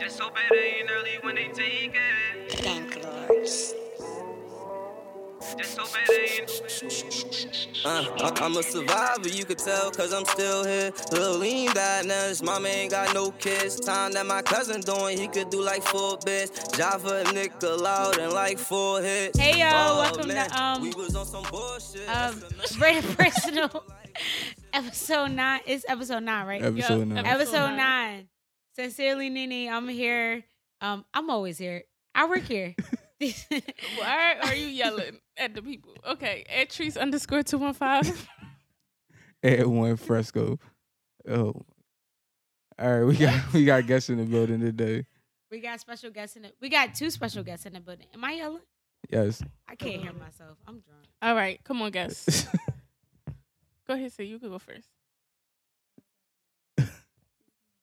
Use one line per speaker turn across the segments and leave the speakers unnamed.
Just hope it ain't early when they take it.
Thank lords.
Just hope it ain't.
Uh, I- I'm a survivor, you could tell, cause I'm still here. Lil lean died now, his mama ain't got no kids. Time that my cousin doing, he could do like four bits. Java, Nickel out, and like four hits.
Hey, y'all,
Oh,
welcome to, um,
we was on some bullshit.
Um, rated personal. episode nine is episode nine, right?
Episode nine.
Episode nine. Sincerely, Nene, I'm here. Um, I'm always here. I work here.
Why
Why
are you yelling at the people? Okay, at trees underscore two one five.
Add one fresco. Oh. All right, we got we got guests in the building today.
we got special guests in it. We got two special guests in the building. Am I yelling?
Yes.
I can't hear myself. I'm drunk.
All right, come on, guys. Go ahead, say you can go first.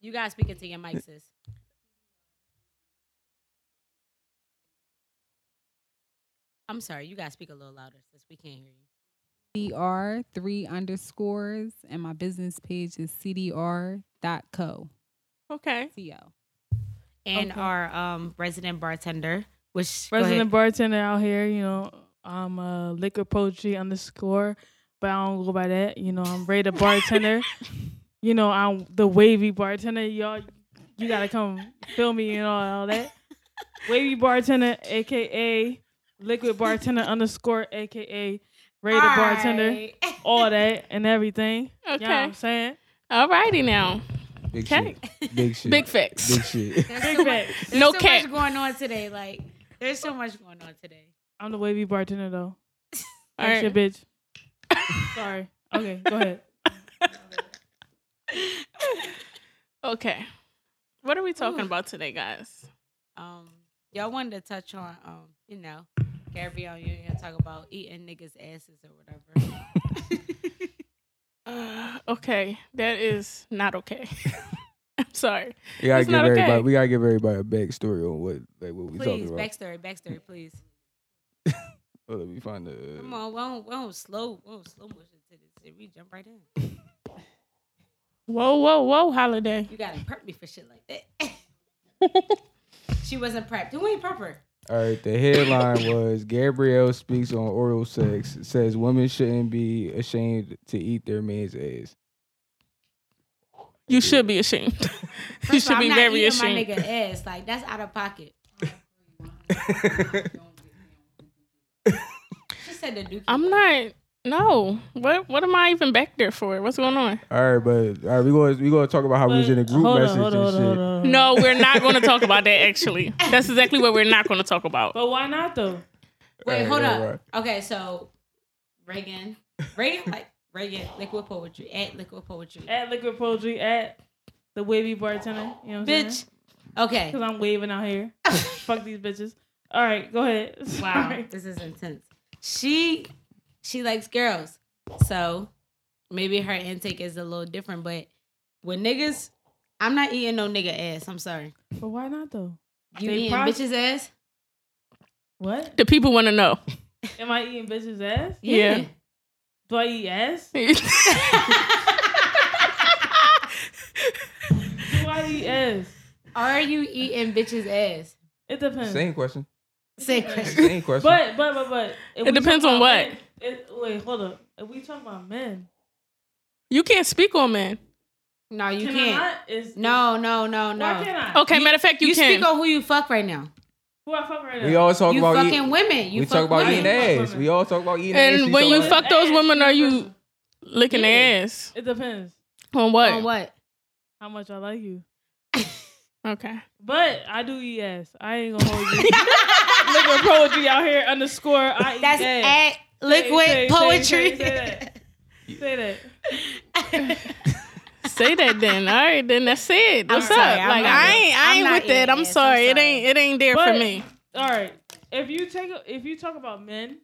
You guys speaking to your mic, sis. I'm sorry. You guys speak a little louder, sis. We can't hear you.
CDR three underscores, and my business page is cdr.co.
Okay.
Co.
And
Okay.
our um resident bartender, which go ahead.
Resident bartender out here, you know, I'm uh, liquor poetry underscore, but I don't go by that. You know, I'm Ray the bartender. you know, I'm the wavy bartender. Y'all, you gotta come feel me and all, all that. Wavy bartender, aka liquid bartender underscore, aka Ray the bartender,
Alright.
all that and everything. You know what
Okay.
I'm saying?
Alrighty now.
Big
Okay.
shit. Big shit.
Big fix.
Big shit.
There's
Big
so, much,
facts.
there's
No
so
cap.
much going on today. Like, there's so much going on today.
I'm the wavy bartender though.
All
That's your
right.
bitch. Sorry. Okay, go ahead.
Okay. What are we talking about today, guys?
Um, y'all wanted to touch on, um, you know, Gabrielle Union talk about eating niggas' asses or whatever.
Uh, okay. That is not okay. I'm sorry.
We gotta
It's
give
not okay.
everybody we gotta give everybody a backstory on what like what we talking
please,
about.
backstory, backstory, please.
Oh, let me find the
Come on, we don't, we don't slow, we don't slow motion to this. shit. We jump right in.
Whoa, whoa, whoa, holiday.
You gotta prep me for shit like that. she wasn't prepped. Who ain't prepper?
All right, the headline was Gabrielle speaks on oral sex, says women shouldn't be ashamed to eat their man's ass.
You should be ashamed. you
First of
should
all,
be
I'm not
very
eating
ashamed.
My nigga ass, like that's out of pocket. She said the Duke.
I'm not no. What what am I even back there for? What's going on?
All right, but all right, we going we gonna talk about how we was in a group message and shit.
No, we're not gonna talk about that actually. That's exactly what we're not gonna talk about.
But why not though?
Wait,
Right,
hold
right,
up.
right.
Okay, so Reagan, Reagan, like Reagan, liquid poetry at liquid poetry,
Eh,
At liquid poetry, at the wavy bartender. You know what I'm
bitch. Okay,
Because I'm waving out here. Fuck these bitches. All right, go ahead.
wow,
Sorry.
this is intense. She she likes girls, so maybe her intake is a little different. But with niggas, I'm not eating no nigga ass. I'm sorry.
But why not though?
You
They
eating
prob-
bitches ass?
What?
The people wanna know.
Am I eating bitches ass?
Yeah.
Do I eat ass? Do I eat ass?
Are you eating bitches ass?
It depends.
Same question.
Same question.
Same question.
But but but but
It
if we
depends on
talking about
what.
men- it- wait, hold up. If we talking about men,
You can't speak on men.
No, you
can I
can't.
not? Is
No, no, no,
why
no.
can't I?
Okay, matter of fact, you,
you
can.
speak on who you fuck right now.
Who I fuck right now?
we all talk
you
about
fucking
eating.
women. You
we
fuck
talk about
women.
eating ass. We all talk about eating ass.
And when you
talk about-
fuck those women, are you-
universal.
Licking their ass.
It depends
On what?
On what?
how much I like you.
Okay.
But I do eat ass. I ain't gonna hold you. Liquid poetry out here underscore I eat
That's
ass.
at liquid
say- say-
poetry.
say- say Say that.
Say that then. All right, then that's it.
I'm
What's
sorry,
up?
I'm
like
not
I
eating-
ain't I
I'm
ain't
not
with that.
eating
I'm
ass, I'm
sorry. It
sorry.
ain't it ain't there
But-
for me.
All right. If you take a, if you talk about men,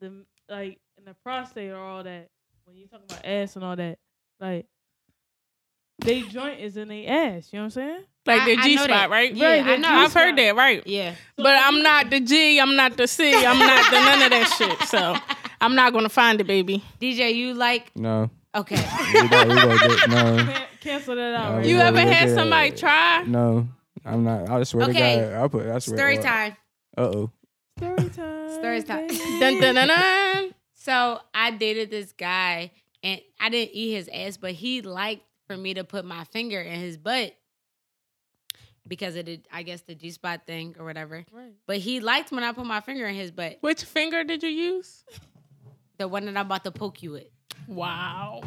the like and the prostate or all that, when you talk about ass and all that, like they joint is in their ass. You know what I'm saying?
Like the
I- I
G
know
spot,
that.
right?
Yeah,
Right,
I
the
know.
I've
I've heard.
heard that, right?
Yeah.
But I'm not the G, I'm not the C, I'm not the none of that shit. So I'm not gonna find it, baby.
DJ, you like
no,
okay.
we not, we gonna get, no.
Can, Cancel that out.
No,
right
You
now.
Yeah,
ever
yeah,
had
yeah.
somebody try?
No, I'm not. I swear
Okay.
to God, I'll put. I swear.
Story time.
Uh oh.
Story time.
Story time.
baby.
Dun, dun, dun, dun.
So I dated this guy, and I didn't eat his ass, but he liked for me to put my finger in his butt because of the, I guess, the G spot thing or whatever.
Right.
But he liked when I put my finger in his butt,
Which finger did you use?
the one that I'm about to poke you with.
Wow.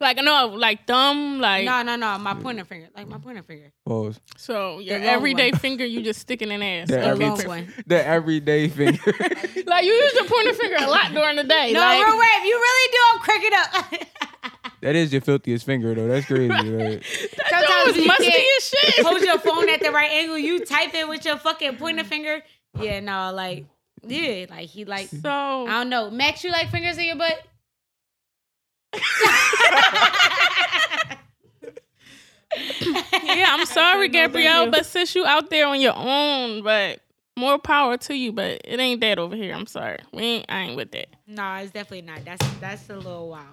Like no, like thumb, like
No, no, no, my pointer finger, like my pointer finger,
Pause.
so your
long
everyday
one.
finger you just sticking in ass.
The,
the
every,
long
perfect.
one.
the everyday finger.
Like you use your pointer finger a lot during the day.
No,
like,
real way. If you really do, I'm cracking up.
that is your filthiest finger though. That's crazy. right?
that
Sometimes
was
you
musty
can't-
as shit.
Hold your phone at the right angle. You type it with your fucking pointer finger. Yeah, no, like, yeah, like he like.
So
I don't know. Max, you like fingers in your butt?
yeah, I'm sorry, Gabrielle, but since you out there on your own, but more power to you, but it ain't that over here. I'm sorry. We ain't I ain't with that.
no, it's definitely not. That's that's a little wild.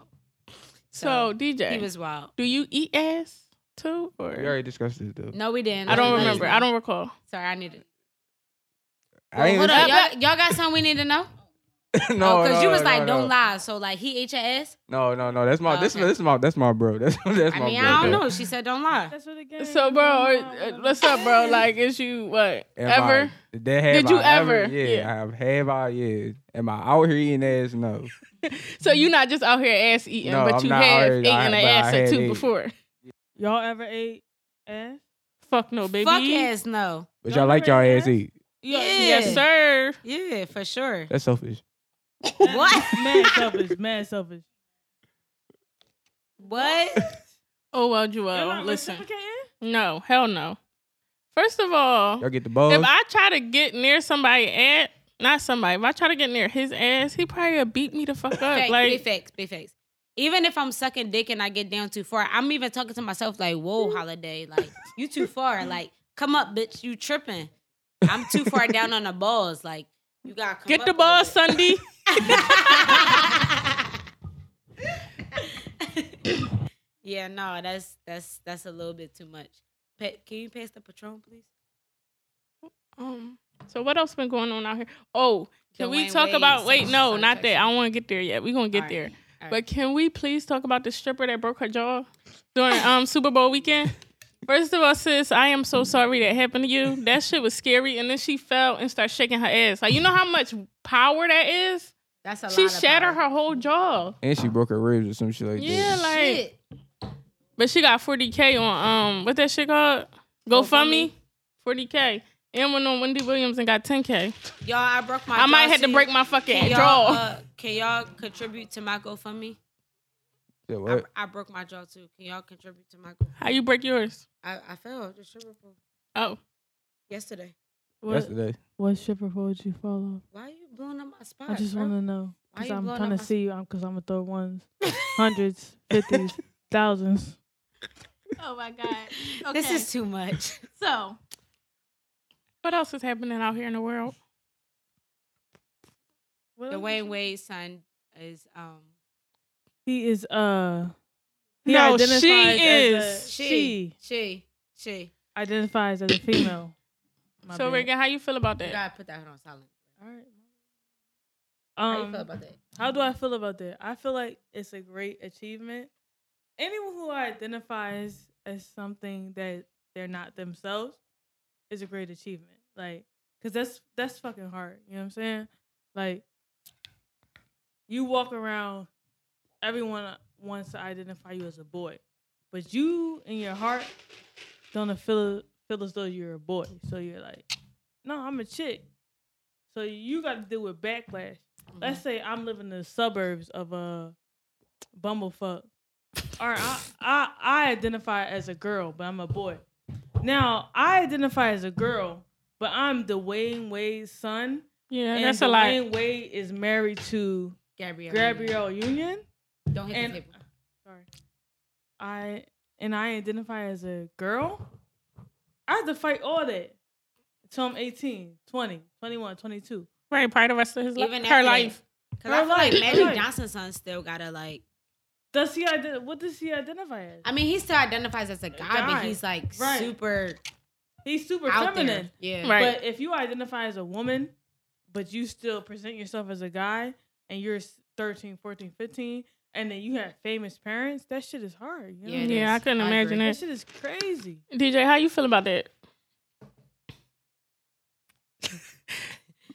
So,
He
DJ,
was wild.
do you eat ass too? Or
We already discussed this though.
No, we didn't.
I don't
Let's-
remember. I don't recall.
Sorry, I need it.
I ain't
Hold
discuss-
on, y'all, y'all got something we need to know?
no,
because
no,
you was
no,
like,
no,
don't
no.
lie. So like, he ate your ass.
No, no, no. That's my.
Oh,
this,
okay.
this is my. That's my bro. That's that's
I
my
mean,
bro.
I don't know. She said don't lie.
That's what it gets.
So,
Oh
bro, are- uh, what's up, bro? Like, is you what
Am
ever?
I, that have
Did you
I ever?
ever?
Yeah,
Yeah.
I have. Have I? Yeah. Am I out here eating ass? No.
So you not just out here ass eating,
No,
but
I'm
you
not out
have
here-
eaten
I-
an
but I
ass or
had
two
ate.
before.
Y'all ever ate ass?
Fuck no, baby.
Fuck ass, no.
But
Y'all
y'all like y'all
never
ass
had
eat.
Yeah.
Yeah.
Yes, sir.
Yeah, for sure.
That's selfish.
What?
Mad selfish. Mad selfish.
What?
Oh well,
Y'all
Joel.
not
Listen,
reciprocating?
no, hell no. First of all,
Y'all get the balls.
if I try to get near somebody at not somebody, if I try to get near his ass, he probably would beat me the fuck up.
Facts, big
Like,
facts, big facts. Even if I'm sucking dick and I get down too far, I'm even talking to myself like, "Whoa, holiday, like you too far. Like, come up, bitch, you tripping. I'm too far down on the balls. Like, you gotta come
get
up
the
a little
ball,
bit."
Sunday.
yeah, no, that's that's that's a little bit too much. Pa- can you pass the patron, please?
Um, so what else been going on out here? Oh, can we
Dwayne
talk
Wade
about? Wait,
sexual
no, not that.
satisfaction.
I don't want to get there yet. We gonna get
All right,
there.
all
But
right.
can we please talk about the stripper that broke her jaw during um Super Bowl weekend? First of all, sis, I am so sorry that happened to you. That shit was scary, and then she fell and started shaking her ass. Like you know how much power that is.
That's a
She
lot of
shattered
power.
her whole jaw.
and she broke her ribs or some shit like
Yeah,
that.
like
Shit.
but she got 40k on um what that shit called GoFundMe, 40k. And went on Wendy Williams and got 10k.
Y'all, I broke my.
I might
jaw,
have to
so
break my fucking
Can
jaw.
y'all, uh, can y'all contribute to my GoFundMe?
Shit,
I,
what?
I broke my jaw too. Can y'all contribute to my GoFundMe?
How you break yours?
I, I fell the stripper pole
Oh,
yesterday.
What,
Yesterday.
what stripper would you follow?
Why are you blowing up my spot?
I just
bro?
want to know
Why
because
you
I'm
blowing
trying
up
to
my-
see you. I'm because I'm gonna throw ones, hundreds, fifties, thousands.
Oh my god.
This is too much.
so.
what else is happening out here in the world?
What
The
else
Wayne
is-
Wade's son is um
He is uh. He
No,
identifies
she
as a-
is.
she
she she.
identifies as a female. My
so,
bad.
Regan, how you feel about
You
that?
gotta put that on silent.
All right.
How
Um,
you feel about that?
how do I feel about that? I feel like it's a great achievement. Anyone who identifies as something that they're not themselves is a great achievement. Like, cause that's that's fucking hard. You know what I'm saying? Like, you walk around, everyone wants to identify you as a boy, but you in your heart don't feel feel as though you're a boy. So you're like, no, I'm a chick. So you got to deal with backlash. Let's
Mm-hmm.
say I'm living in the suburbs of uh, bumblefuck. Or I, I I identify as a girl, but I'm a boy. Now I identify as a girl, but I'm Dwayne Wade's son.
Yeah,
And
that's a lot.
Dwayne Wade is married to
Gabrielle.
Gabrielle Union.
Don't hit
and-
the table.
Sorry. I and I identify as a girl. I have to fight all that until I'm 18, 20, 21, 22.
Right, probably the rest of his life.
Even
her
after that.
life.
Cause I
Her
feel like
life,
Magic
right.
Johnson's son still gotta like
Does he? Ident- what does he identify as?
I mean, he still identifies as a guy, but
guy.
he's like
Right.
super
He's super
out
feminine.
there. Yeah.
Right.
But if you identify as a woman, but you still present yourself as a guy and you're s- 13, 14, 15, and then you have famous parents, that shit is hard. You know?
Yeah, it
Yeah, I
is.
couldn't
I
imagine
agree.
That
it.
shit is crazy.
DJ, how you feel about that?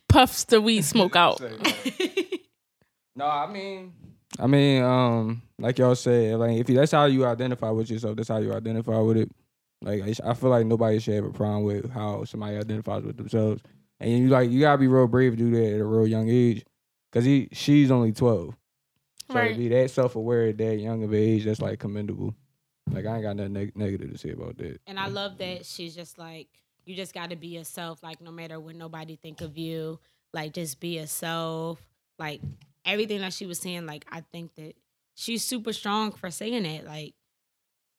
Puffs the weed smoke out.
no, I mean, I mean, um, like y'all said, like if you, that's how you identify with yourself, that's how you identify with it. Like I, I feel like nobody should have a problem with how somebody identifies with themselves, and you like you gotta be real brave to do that at a real young age, cause he she's only twelve, so to
Right.
be that self aware at that young of an age, that's like commendable. Like I ain't got nothing neg- negative to say about that.
And I love that she's just like, you just got to be yourself. Like, no matter what nobody think of you, like, just be yourself. Like, everything that she was saying, like, I think that she's super strong for saying that. Like,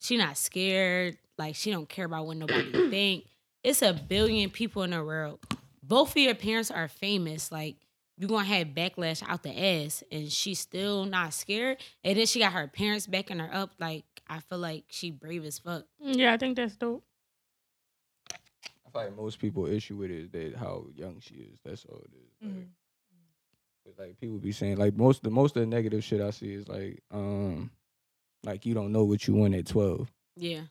she not scared. Like, she don't care about what nobody think. It's a billion people in the world. Both of your parents are famous. Like, you're going to have backlash out the ass. And she's still not scared. And then she got her parents backing her up. Like, I feel like she brave as fuck.
Yeah, I think that's dope.
I feel like most people issue with it is that how young she is. That's all it is.
Mm-hmm.
Like,
Mhm.
it's like people be saying like most the most of the negative shit I see is like um like you don't know what you want at twelve,
Yeah.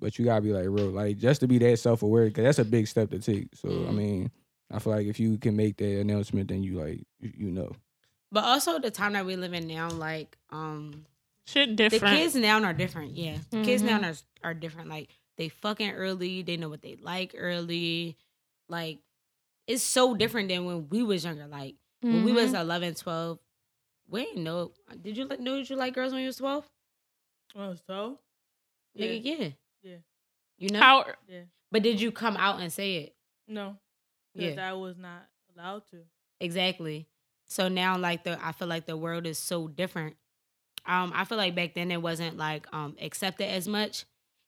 but you gotta be like real like just to be that self aware because that's a big step to take. So I
Mm-hmm.
Mhm.
mean, I feel like if you can make that announcement, then you like you, you know.
But also the time that we live in now, like um
Shit
the
different.
kids now are different. Yeah. Kids now
Mhm.
are are different. Like they fucking early, they know what they like early. Like it's so different than when we was younger. Like when
Mm-hmm.
we was 11, 12, we didn't know. Did you like know that you like girls when you was 12?
Well, Oh, so
Yeah. Nigga, yeah.
Yeah.
You know?
how
but did you come out and say it?
no, because I was not allowed to.
Exactly. So now like the I feel like the world is so different. Um I feel like back then it wasn't like um accepted as much.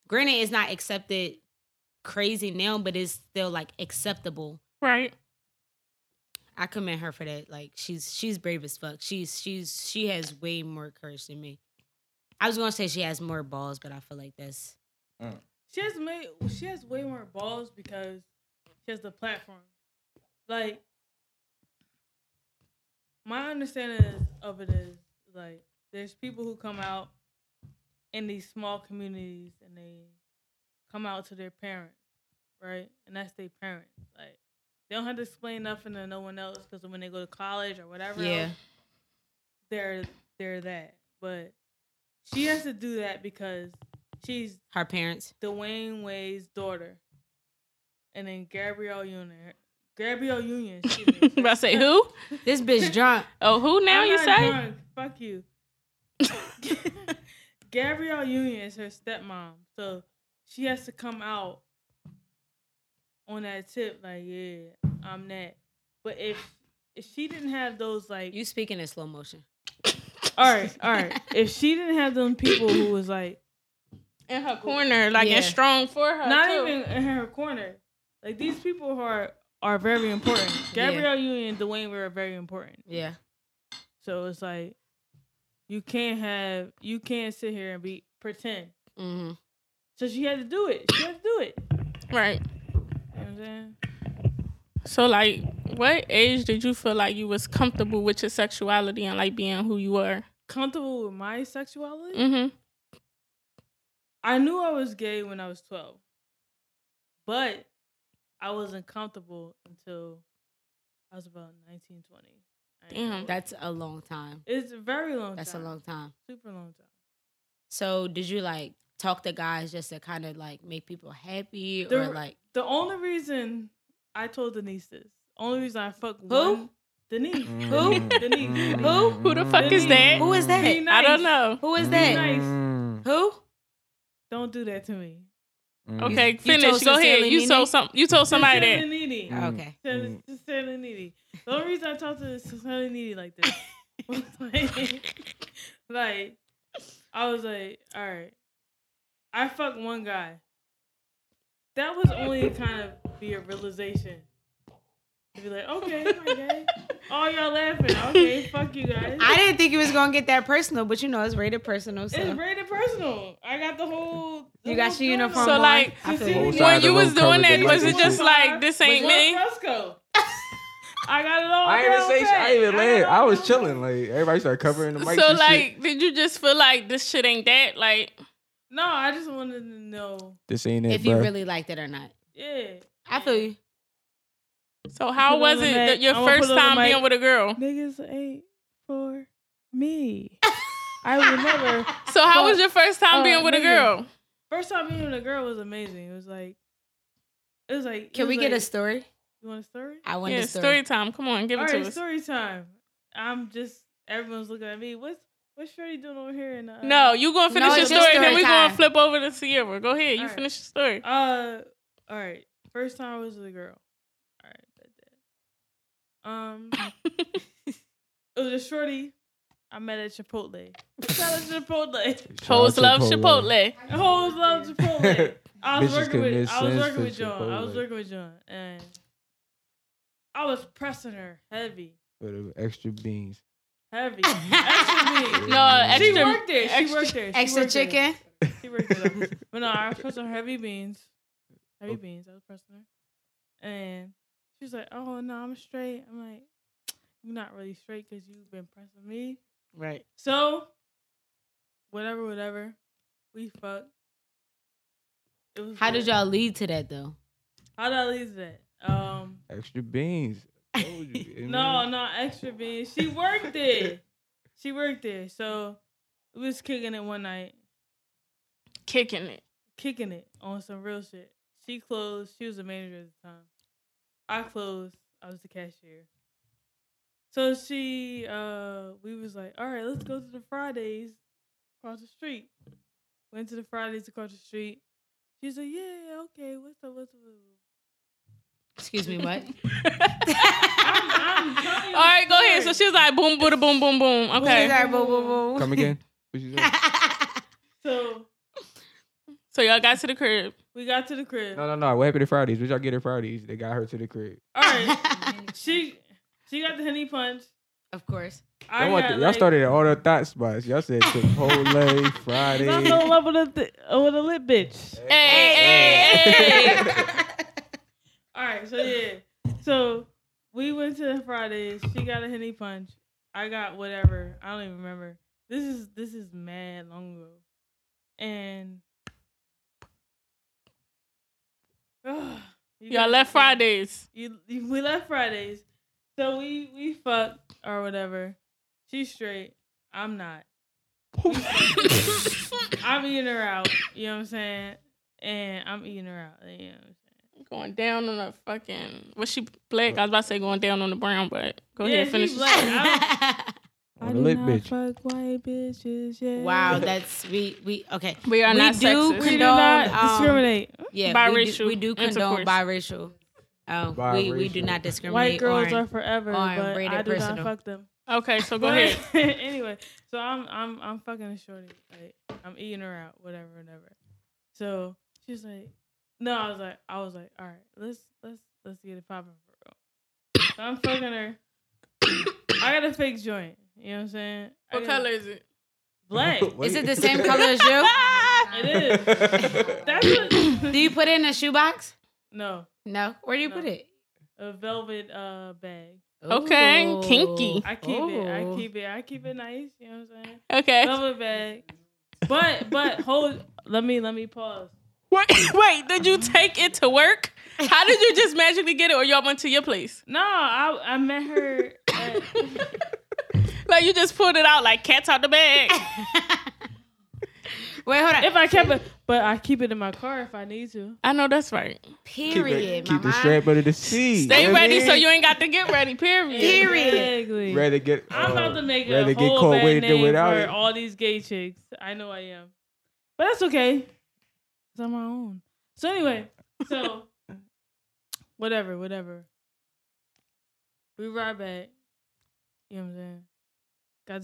Granted it's not accepted crazy now, but it's still like acceptable.
right?
I commend her for that. Like she's she's brave as fuck. She's she's she has way more courage than me. I was gonna say she has more balls, but I feel like that's
She has made she has way more balls because she has the platform. Like my understanding is, of it is like there's people who come out in these small communities and they come out to their parents, right? And that's their parents. Like they don't have to explain nothing to no one else because when they go to college or whatever,
Yeah.
else, they're they're that. But she has to do that because she's
her parents.
Dwayne Wade's daughter, and then Gabrielle Union. Gabrielle Union. excuse me.
About to say who?
This bitch drunk.
Oh, who now?
I'm
you
not
say?
drunk. Fuck you. Gabrielle Union is her stepmom, so she has to come out on that tip. Like, yeah, I'm that. But if if she didn't have those like
You speaking in slow motion.
all right, all right. If she didn't have them people who was like
In her corner, like
Yeah.
and strong for her.
not
too.
even in her corner. Like these people who are are very important.
Yeah.
Gabrielle Union and Dwayne were very important.
Yeah.
So it's like you can't have you can't sit here and be pretend.
Mm-hmm.
So she had to do it. She had to do it. You
right.
know what I'm saying?
So like, what age did you feel like you was comfortable with your sexuality and like being who you were?
Comfortable with my sexuality.
Mm-hmm.
I knew I was gay when I was twelve. But I wasn't comfortable until I was about 19, 20. I ain't
Damn.
know.
That's a long time.
it's a very long
That's a
time.
long time.
super long time.
So did you like talk to guys just to kind of like make people happy
There-
or like
The only reason I told Denise this, only reason I fuck
Who?
one, Denise.
Who?
Denise.
Who?
Who the fuck is
Mm.
that?
who is that?
Be nice.
Mm-hmm. I don't know.
Who is
Be
that?
nice.
Mm.
Who?
Don't do that to me.
Okay,
told
finish. Go ahead.
Sincerely
You
Nene?
told some. You told somebody
Sincerely
that.
needy.
Mm.
Oh, Okay.
Sin- Sincerely needy. The only reason I talk to sincerely needy like this, was like, like, I was like, all right, I fuck one guy. That was only kind of be a realization You'd be like, okay, okay. All y'all laughing. Okay, fuck you guys.
I didn't think you was gonna get that personal, but you know it's rated personal. So
It's rated personal. I got the whole. the
you got
whole
your
drama.
uniform.
So,
on.
like,
I feel
you
you.
see-
side
when
of
you
the
was
room
doing
covered
that,
in
was
lights
it
and
just
shit.
like this ain't
With
me?
Lil Fresco. I got it all.
I ain't even
down
say shit. I ain't even
pat. got
land.
it
I
all
was
down
chilling. Like everybody started covering the mic.
So
and shit.
like, did you just feel like this shit ain't that? Like,
pat. No, I just wanted to know.
this ain't it,
if you
bro.
really liked it or not.
Yeah.
I feel you.
so how
Put it
was
on the
it
mic.
that your
I wanna
first
put it on
time
the mic.
being with a girl?
Niggas ain't for me. I would never.
So how
But,
was your first time
uh,
being with a
nigga.
girl?
First time meeting with a girl was amazing. It was like, it was like.
Can
it
we
was
get a
like-
story?
You want a story?
I want
Yeah,
the story.
story time. Come on, give
All
it
right,
to us.
story time. I'm just everyone's looking at me. What's what's Shorty doing over here? And uh,
No, you gonna finish
No,
your
it's
story,
just
then
story
we gonna
time.
flip over to Sierra. Go ahead, you
Alright.
finish your story.
Uh, all right. First time was with a girl. All right, bet that. Um, it was a Shorty. I met at Chipotle. Shout out to Chipotle.
Hoes
Shout out
love
to
Chipotle.
Hoes love Chipotle. I was
Bitches
working
commit
with I was
sins
working
for
with John. I was
Chipotle.
working with John, and I was pressing her heavy,
With the extra beans.
heavy. Extra meat.
No, extra.
She worked there. She
extra-
worked there. She
Extra
worked there.
chicken.
She worked it up. But no, I was pressing her heavy beans. Heavy beans. I was pressing her. And she was like, oh, no, I'm straight. I'm like, you're not really straight because you've been pressing me.
Right.
So, whatever, whatever. We fucked. It was
How
good.
did y'all lead to that though?
How did I leave that? Um,
Extra beans. Told you, you
no,
know?
no, extra beans. She worked there. She worked there. So, we was kicking it one night.
Kicking it.
kicking it on some real shit. She closed. She was the manager at the time. I closed. I was the cashier. So she, uh, we was like, all right, let's go to the Fridays across the street. Went to the Fridays across the street. She was like, yeah, okay, what's up, what's up? what's
Excuse me, what?
up?" I'm telling you
All right,
the
go ahead. So
story.
she was like, boom, booda, boom, boom, boom. Okay.
Sorry, boo, boo, boo.
Come again. What you say?
So
So y'all got to the crib.
we got to the crib.
No, no, no. What happened to Fridays? What y'all get at Fridays? They got her to the crib.
All right, she she got the henny punch.
of course.
I
y'all, want-
got,
y'all
like,
started at all the thought spots. Y'all said Chipotle, Friday.
I'm no love with a, th- with a lit bitch.
Hey, hey, hey, hey.
All right, so yeah, so we went to the Fridays. She got a henny punch. I got whatever. I don't even remember. This is this is mad long ago, and You
Y'all
guys-
left Fridays.
You, you- we left Fridays, so we we fucked or whatever. She's straight. I'm not. I'm eating her out. You know what I'm saying? And I'm eating her out. You know what I'm saying?
going down on a fucking. Was she black? I was about to say going down on the brown, but go ahead
Yeah,
and
she
finish. your
black.
story.
On a lit bitch.
fuck white bitches. Yeah.
wow, that's we we okay.
We are
We
not
do
sexist.
We do
condone,
not
um,
discriminate.
Yeah, We do,
Biracial
we do condone
intercourse.
biracial. Um, we we do
Biracial.
not discriminate.
White girls
on-
are forever,
on
but
rated
I do
personal.
not fuck them.
Okay, so go
But
ahead.
anyway, so I'm I'm I'm fucking a shorty. Like I'm eating her out, whatever, whatever. So she's like, no, I was like, I was like, all right, let's let's let's get it popping for real. So I'm fucking her. I got a fake joint. You know what I'm saying? I
What
got-
color is it?
Black.
Is it the same color as you?
It is. That's
do
what,
you put it in a shoebox?
no
No. Where do you
No.
put it?
a velvet uh bag.
Okay,
Ooh.
kinky.
I keep it. I
Ooh.
keep it. I keep it nice. You know what I'm saying?
Okay.
Velvet bag. But but hold. Let me let me pause.
Wait, wait, did you take it to work? How did you just magically get it, or y'all went to your place?
No, I I met her. At,
Like you just pulled it out like cats out the bag.
Wait, hold on.
if I kept it, but I keep it in my car if I need to.
I know that's right.
Keep,
Period.
it,
my
keep the
mind.
strap under the sea.
Stay
know what I
ready so
mean?
you ain't got to get ready. Period.
Period.
Exactly.
rather get.
I'm about
uh,
to make
rather
a
get
whole
caught
bad
with it than
name
without
for
it.
all these gay chicks. I know I am, but that's okay. Cause I'm my own. So anyway, so whatever, whatever. We ride back. You know what I'm saying? Got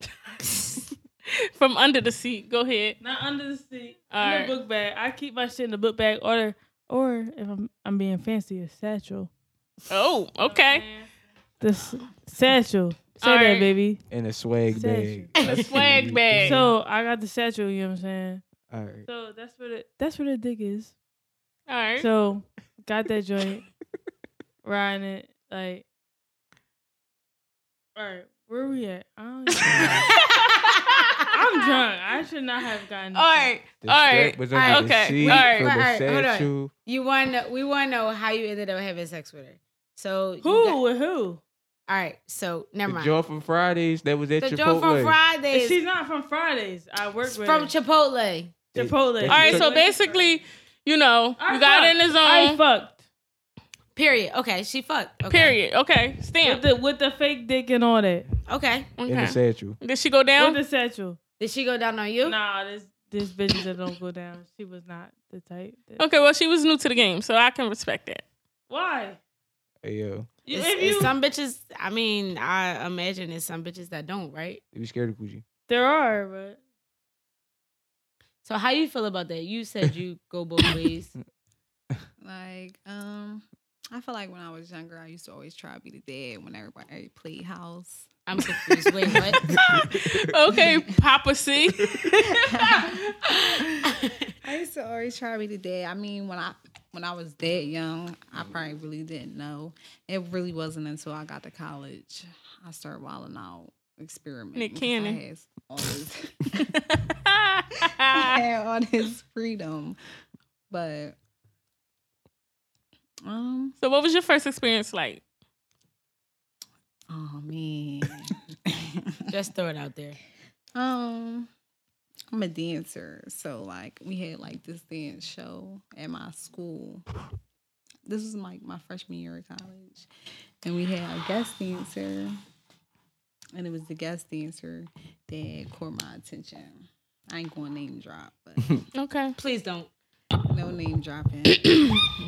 the strap.
From under the seat. Go ahead.
Not under the seat.
All
in
right.
the book bag. I keep my shit in the book bag, or or if I'm I'm being fancy, a satchel.
Oh, okay.
This satchel. Say
All
that,
right.
baby.
in a swag
Satchel.
bag.
The swag bag.
So I got the satchel. You know what I'm saying?
All right.
So that's where the that's where the dick is.
All right.
So got that joint, riding it like. All right, where we at? I don't even know. I'm drunk. I should not have gotten.
All right.
The
All
strap
right.
was
All right.
under the
Okay.
seat
All right.
for
All
the
right, hold on.
satchel.
You want to, we want to know how you ended up having sex with her. So you
Who
got- all
with who?
right. So never
The
mind.
joint from Fridays that was at
The
Chipotle.
joint from
If
Fridays
she's not from Fridays. I work
it's
with
from
her.
Chipotle.
They-
Chipotle.
they-
All right. So
Chipotle.
basically, you know,
I
you got in the
fucked. I
zone.
fucked
Period. Okay, she fucked. Okay.
Period. Okay.
with
Stamp.
the with the fake dick and all that.
Okay.
in the
Okay.
satchel.
Did she go
With
down?
the satchel.
Did she go down on you?
Nah, this this bitch that don't go down. She was not the type. That,
Okay. Well, she was new to the game, so I can respect that.
Why?
Hey yo,
You-
It's-
if
it's
you-
some bitches. I mean, I imagine there's some bitches that don't, right?
you scared of Gucci?
there are, but
So how you feel about that? You said you go both ways.
Like, um, I feel like when I was younger, I used to always try to be the dad when everybody played house.
I'm confused. Wait, what?
okay, Papa C.
I used to always try to be the dad. I mean, when I when I was that young, I probably really didn't know. It really wasn't until I got to college I started wilding out, experimenting.
Nick
'cause
Cannon.
I had all this, I had all this freedom, but um,
so, what was your first experience like?
oh man,
Just throw it out there.
um. I'm a dancer, so like we had like this dance show at my school. This was like my freshman year of college, and we had a guest dancer, and it was the guest dancer that caught my attention. I ain't gonna name drop, but
Okay.
Please don't.
no name dropping.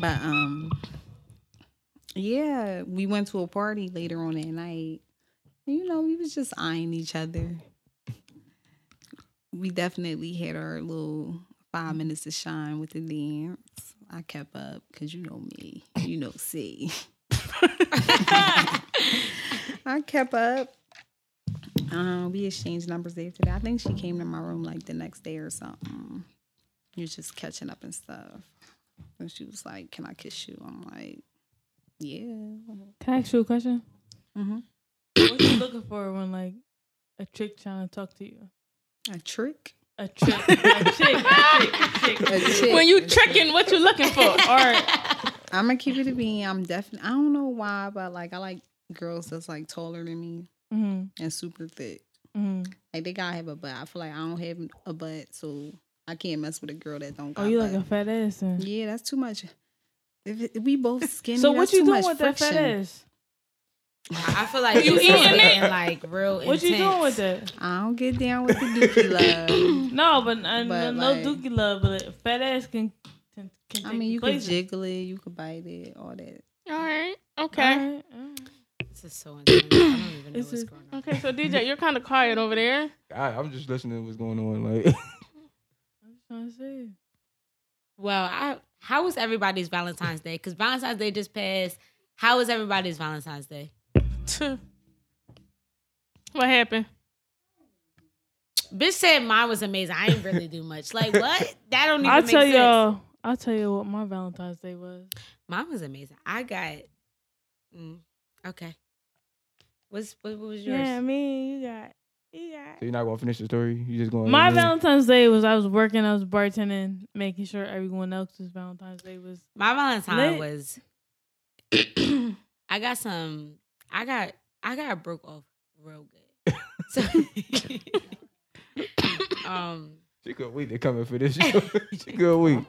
but um, yeah, we went to a party later on that night. And, You know, we was just eyeing each other. We definitely had our little five minutes to shine with the dance. I kept up because you know me, you know C. I kept up. Um, we exchanged numbers after that. I think she came to my room like the next day or something. You're just catching up and stuff. And she was like, "Can I kiss you?" I'm like, "Yeah."
can I ask you a question?
Mm-hmm.
What you looking for when like a chick trying to talk to you?
A trick.
A chick, a chick, a chick, a chick.
A chick.
When you tricking, what you looking for?
All right.
I'm gonna keep it a bean. I'm definitely. I don't know why, but like I like girls that's like taller than me
Mm,
and super thick.
mm.
Like they gotta have a butt. I feel like I don't have a butt, so I can't mess with a girl that don't.
Oh,
got
you
butt.
like a fat ass? Then.
Yeah, that's too much. If, it- if we both skinny,
So what
that's
you
too
doing
much
with that
friction.
fat ass?
I feel like
You
you
eating
eating
it?
like real.
What you doing with
it?
that?
I don't get down with the dookie love.
No, but, uh,
But,
no,
like-
no dookie love, but a fat ass can. can, can
I
take
mean, you can
places.
jiggle it, you can bite it, all that.
All right.
All
Okay.
right, all right.
This is so intense. I don't even know
This
what's
is-
going on.
Okay. So DJ, you're kind of quiet over there.
I, I'm just listening to what's going on. Like,
I'm just trying to say.
Well, I, how was everybody's Valentine's Day? Because Valentine's Day just passed. How was everybody's Valentine's Day?
Tch. What happened?
Bitch said mine was amazing. I ain't really do much. Like what? That don't even
I'll
make
tell
sense.
y'all. I'll tell you what my Valentine's Day was.
Mine was amazing. I got. Mm, okay. What's what, what was yours?
Yeah, I mean, you got, you got.
so you're not gonna finish the story. You just going.
My Valentine's Day was I was working, I was bartending, making sure everyone else's Valentine's Day was.
My Valentine
Lit.
was I got some I got I got broke off real good. So um
She could wait. They're coming for this. she could wait.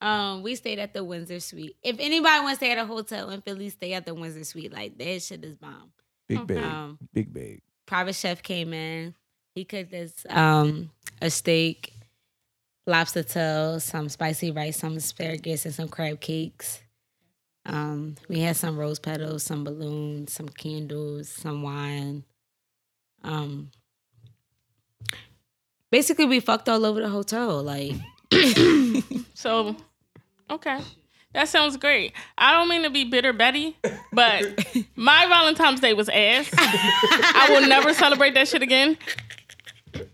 um we stayed at the Windsor Suite. If anybody wants to stay at a hotel in Philly, stay at the Windsor Suite. Like that shit is bomb.
Big bag.
Um
Big bag.
private chef came in. He cooked us um, a steak, lobster tail, some spicy rice, some asparagus, and some crab cakes. Um, we had some rose petals, some balloons, some candles, some wine. Um, basically, we fucked all over the hotel. Like,
So, okay. That sounds great. I don't mean to be bitter Betty, but my Valentine's Day was ass. I will never celebrate that shit again.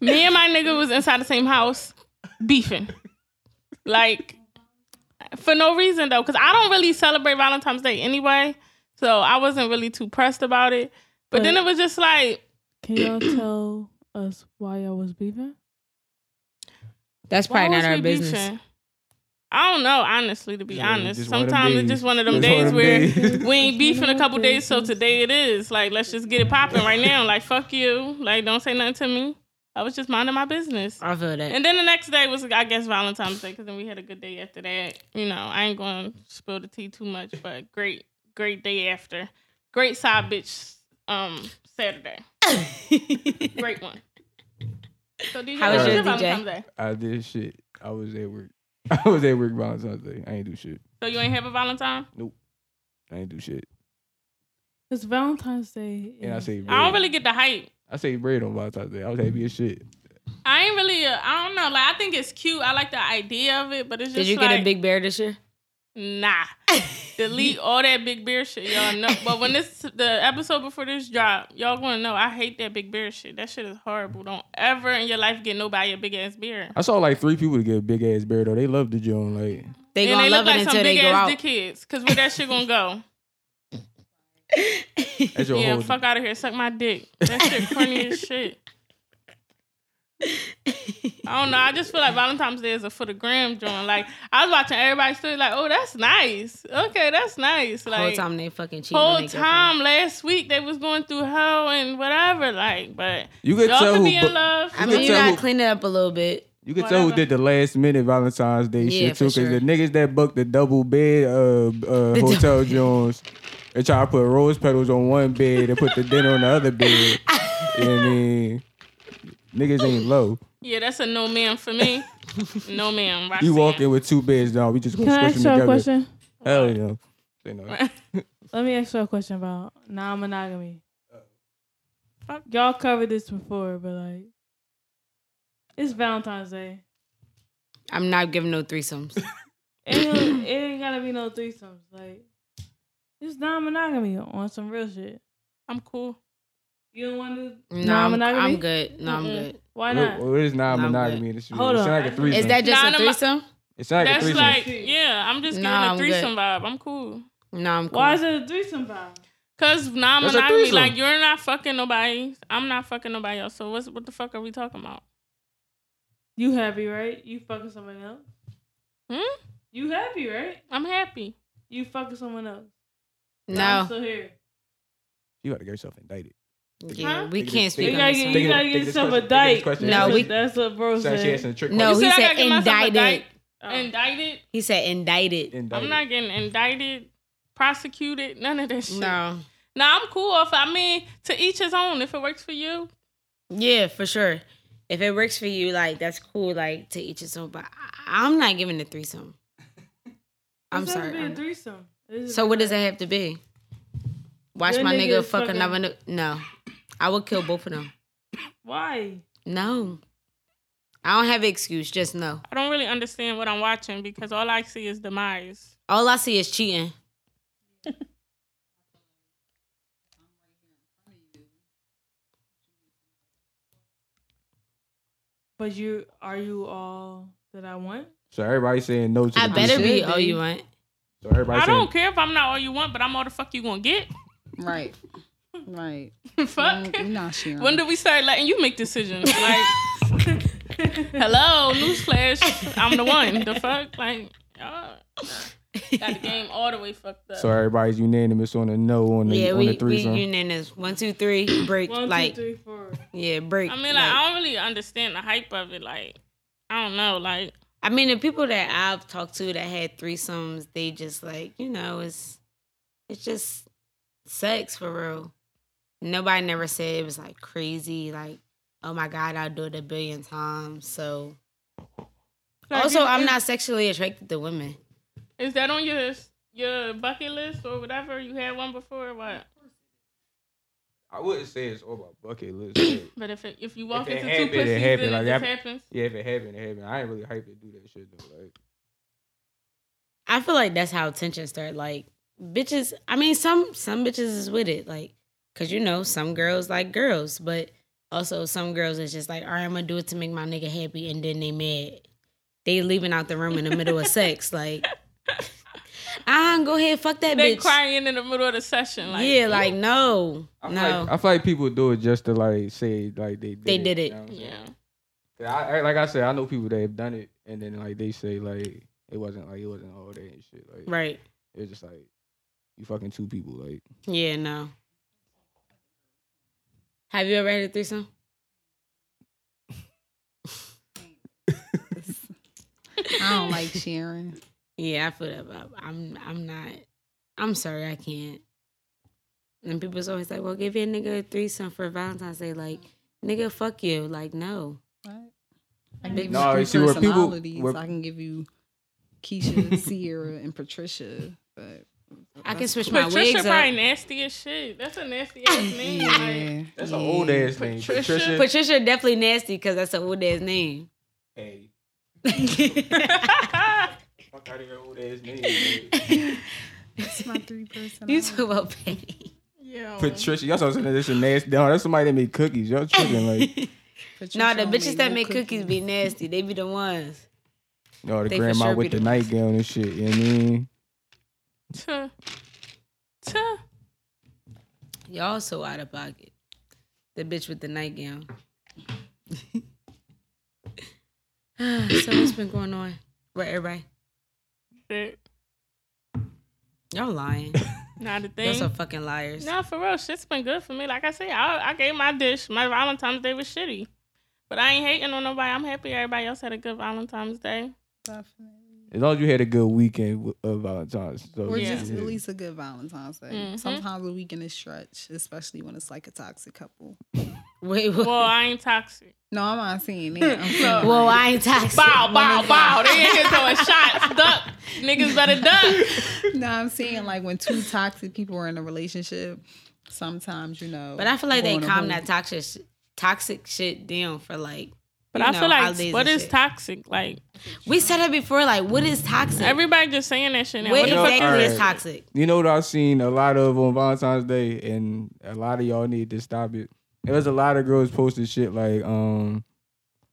Me and my nigga was inside the same house, beefing. Like, for no reason though, because I don't really celebrate Valentine's Day anyway. So I wasn't really too pressed about it. But then it was just like,
Can y'all tell us why y'all was beefing?
That's
why
probably not
was
our
we
business.
beefing? I don't know, honestly, to be
Yeah,
honest.
just one of them
Sometimes it's
days.
just one of them
Just one
days
of them
where
days.
we ain't beefing a couple days, so today it is. Like, let's just get it popping right now. Like, fuck you. Like, don't say nothing to me. I was just minding my business.
I feel that.
And then the next day was, I guess, Valentine's Day, because then we had a good day after that. You know, I ain't going to spill the tea too much, but great, great day after. Great side bitch um, Saturday. great one. So, DJ,
How
what
was your
was your
DJ?
Valentine's Day?
I did shit. I was at work. I was at work Valentine's Day. I ain't do shit.
So, you ain't have a Valentine?
I ain't do shit.
It's Valentine's Day.
And I
is-
saved bread.
I don't really get the hype.
I saved bread on Valentine's Day. I was happy as shit.
I ain't really. I I don't know. Like I think it's cute. I like the idea of it, but it's just
Did you
like,
get a big bear this year?
nah. Delete all that big beer shit, y'all know. But when this the episode before this drop, y'all gonna know I hate that big beer shit. That shit is horrible. Don't ever in your life get nobody a big ass beer.
I saw like three people to get a big ass bear though. They loved the joint. Like
They
and
gonna
they
love
look
it
like
until
some
they
big
go
ass
out.
dickheads. Cause where that shit gonna go?
that's your
yeah,
whole.
fuck out of here. Suck my dick. That shit corny as shit. I don't know. I just feel like Valentine's Day is a for the gram joint. Like I was watching everybody story, like, oh, that's nice. Okay, that's nice.
The whole
Like
time they fucking cheating. on
whole
their
time last week they was going through hell and whatever. Like, but
You could
y'all
tell
could
who.
be in
bu-
love.
girlfriend. I
You
mean,
can
you
tell
gotta
who-
clean it up a little bit.
You could tell who
Whatever.
did the last minute Valentine's Day
Yeah,
shit too,
for
because
sure.
the niggas that booked the double bed uh, uh,
The
hotel
double-
joints and try to put rose petals on one bed and put the dinner on the other bed. you know what I mean? Niggas ain't low.
Yeah, that's a no man for me. no man.
You walk in with two beds down, we just gonna
Can I
squish
ask
them
y'all a
together.
question?
Hell yeah. Say no.
Let me ask you a question about non-monogamy.
Fuck.
Y'all covered this before, but like, it's Valentine's Day.
I'm not giving no threesomes.
It ain't, it ain't gotta be no threesomes. Like, it's non-monogamy on some real shit.
I'm cool.
You don't want to?
No, I'm,
Non-monogamy?
I'm good. No, I'm
Mm-mm.
good.
Why
What,
not?
what is non
I'm
monogamy in this shit?
Hold
It
on.
sound like a threesome.
Is that just
Nah,
a
I'm not-
threesome?
It sound like a
That's
threesome.
like, yeah, I'm just
Nah,
getting
I'm
a
good.
threesome vibe. I'm cool.
No, I'm cool.
Why is it a threesome vibe?
Cause non
That's a
monogamy,
threesome.
like you're not fucking nobody. I'm not fucking nobody else. So what's what the fuck are we talking about?
You happy, right? You fucking someone else.
Hmm?
You happy, right?
I'm happy.
You fucking someone else. But I'm
no,
still here.
you gotta get yourself indicted.
yeah,
Huh?
we
Take
can't
this-
speak
You
on
gotta
this.
get,
one.
you
Take
gotta
this-
get
take this
yourself a
question, take this
dyke.
question.
No,
That's
we-
what- that's what bro
Sound like she had
said.
some trick
No,
You
questions.
he
said I
said
gotta get myself a
indicted.
dyke.
Oh.
Indicted.
He said indicted.
Indicted.
I'm not getting indicted, prosecuted, none of that shit.
No,
Nah, I'm cool off. I mean, to each his own. If it works for you,
yeah, for sure. If it works for you, like that's cool. Like to each his own. But I- I'm not giving a threesome. I'm
This has to
sorry.
be a
I'm-
threesome. This is-
So what does that have to be? Watch
Your
my
nigga
nigga
is
fuck
fucking-
another. ni- No, I would kill both of them.
why?
No, I don't have an excuse. Just no.
I don't really understand what I'm watching because all I see is demise.
All I see is cheating.
But you are you all that I want?
So everybody saying no to
I
the
better
threesome.
be
Should
all
be.
you want.
So everybody
I
saying
don't care if I'm not all you want, but I'm all the fuck you gonna get.
Right. Right.
fuck.
Mm,
We're not sharing.
When do we start letting you make decisions? Like, hello, newsflash, I'm the one. The fuck, like, y'all got the game all the way fucked up.
So everybody's unanimous on the no on the
Yeah,
on
we
the
we
threesome.
unanimous. One, two, three, break.
One,
like
two, three, four.
yeah, break.
I mean, like, I don't really understand the hype of it. Like, I don't know. Like,
I mean, the people that I've talked to that had threesomes, they just like, you know, it's it's just sex for real. Nobody never said it was like crazy, like, oh my God, I'll do it a billion times. So also I'm not sexually attracted to women.
Is that on your your bucket list or whatever? You had one before, or what?
I wouldn't say it's all about bucket list. but-
But if it, if you walk
If it
into
happened,
two
it
pussies,
happened.
then
Like,
it just
I-
happens.
yeah, if it happened, it happened. I ain't really hyped to do that shit though. Like
I feel like that's how tension start. Like bitches, I mean some some bitches is with it, like because you know some girls like girls, but also some girls is just like, all right, I'm gonna do it to make my nigga happy, and then they mad. They leaving out the room in the middle of sex, like. Ah, go ahead, fuck that
They
bitch.
crying in the middle of the session. Like,
yeah, like no,
I feel,
no.
like, I feel like people do it just to like say like they did
They did it.
you know what I'm saying?
yeah.
Yeah, I, I- like I said, I know people that have done it, and then like they say like it wasn't like it wasn't all day and shit.
oh.
Like
right.
it was just like you fucking two people. Like
Yeah, no. Have you ever had a threesome?
I don't like sharing.
Yeah, I feel that vibe. I'm I'm not I'm sorry, I can't. And people's always like, Well, give your nigga a threesome for Valentine's Day, like, nigga, fuck you. Like, no.
I can give
No,
you
you see
three
where people-
personalities.
where-
I can give you Keisha, Sierra, and Patricia. But
I can
that's-
switch my
Patricia
wigs
probably
up.
nasty as shit. That's a nasty ass name. Like,
Yeah,
that's
yeah.
an old ass name.
Patricia.
Patricia.
Patricia definitely nasty because that's an old ass name.
hey,
you
fuck out of your old ass name. nigga.
That's my three
talk
personalities.
about Patty.
yeah.
Patricia, y'all talking that shit nasty. No, that's somebody that make cookies. Y'all tripping like
no, the bitches that make cookies be nasty. They be the ones.
no the
They for
grandma
sure be
with the
the-
nightgown and shit. You know what I mean?
Tuh. Tuh.
Y'all so out of pocket. The bitch with the nightgown. Ah, so what's been going on? Right, everybody?
Shit.
Y'all lying.
Not a thing.
Y'all so fucking liars.
No, for real, shit's been good for me. Like I say, I, I gave my dish. My Valentine's Day was shitty, but I ain't hating on nobody. I'm happy everybody else had a good Valentine's Day.
As long as you had a good weekend with- of Valentine's. So
Or
Yeah.
just at least a good Valentine's Day.
Mm-hmm.
Mhm.
Sometimes a weekend is stretch, especially when it's like a toxic couple.
Wait, what?
Well, I ain't toxic.
No, I'm not saying that. I'm saying
Well, I ain't toxic.
Bow, bow,
Women-
bow. They in here throwing shots. Duck. Niggas better duck.
No, I'm saying like when two toxic people are in a relationship, sometimes you know.
But I feel like they
going to
calm
hold-
that toxic sh- toxic shit down for like.
But
you
I
know,
feel like
holidays
what
and
is
shit.
toxic? Like
we said it before. Like, what is toxic?
everybody just saying that shit now.
what
What the fuck
exactly
Alright.
is toxic?
You know what I've seen a lot of on Valentine's Day, and a lot of y'all need to stop it. There was a lot of girls posting shit like, um,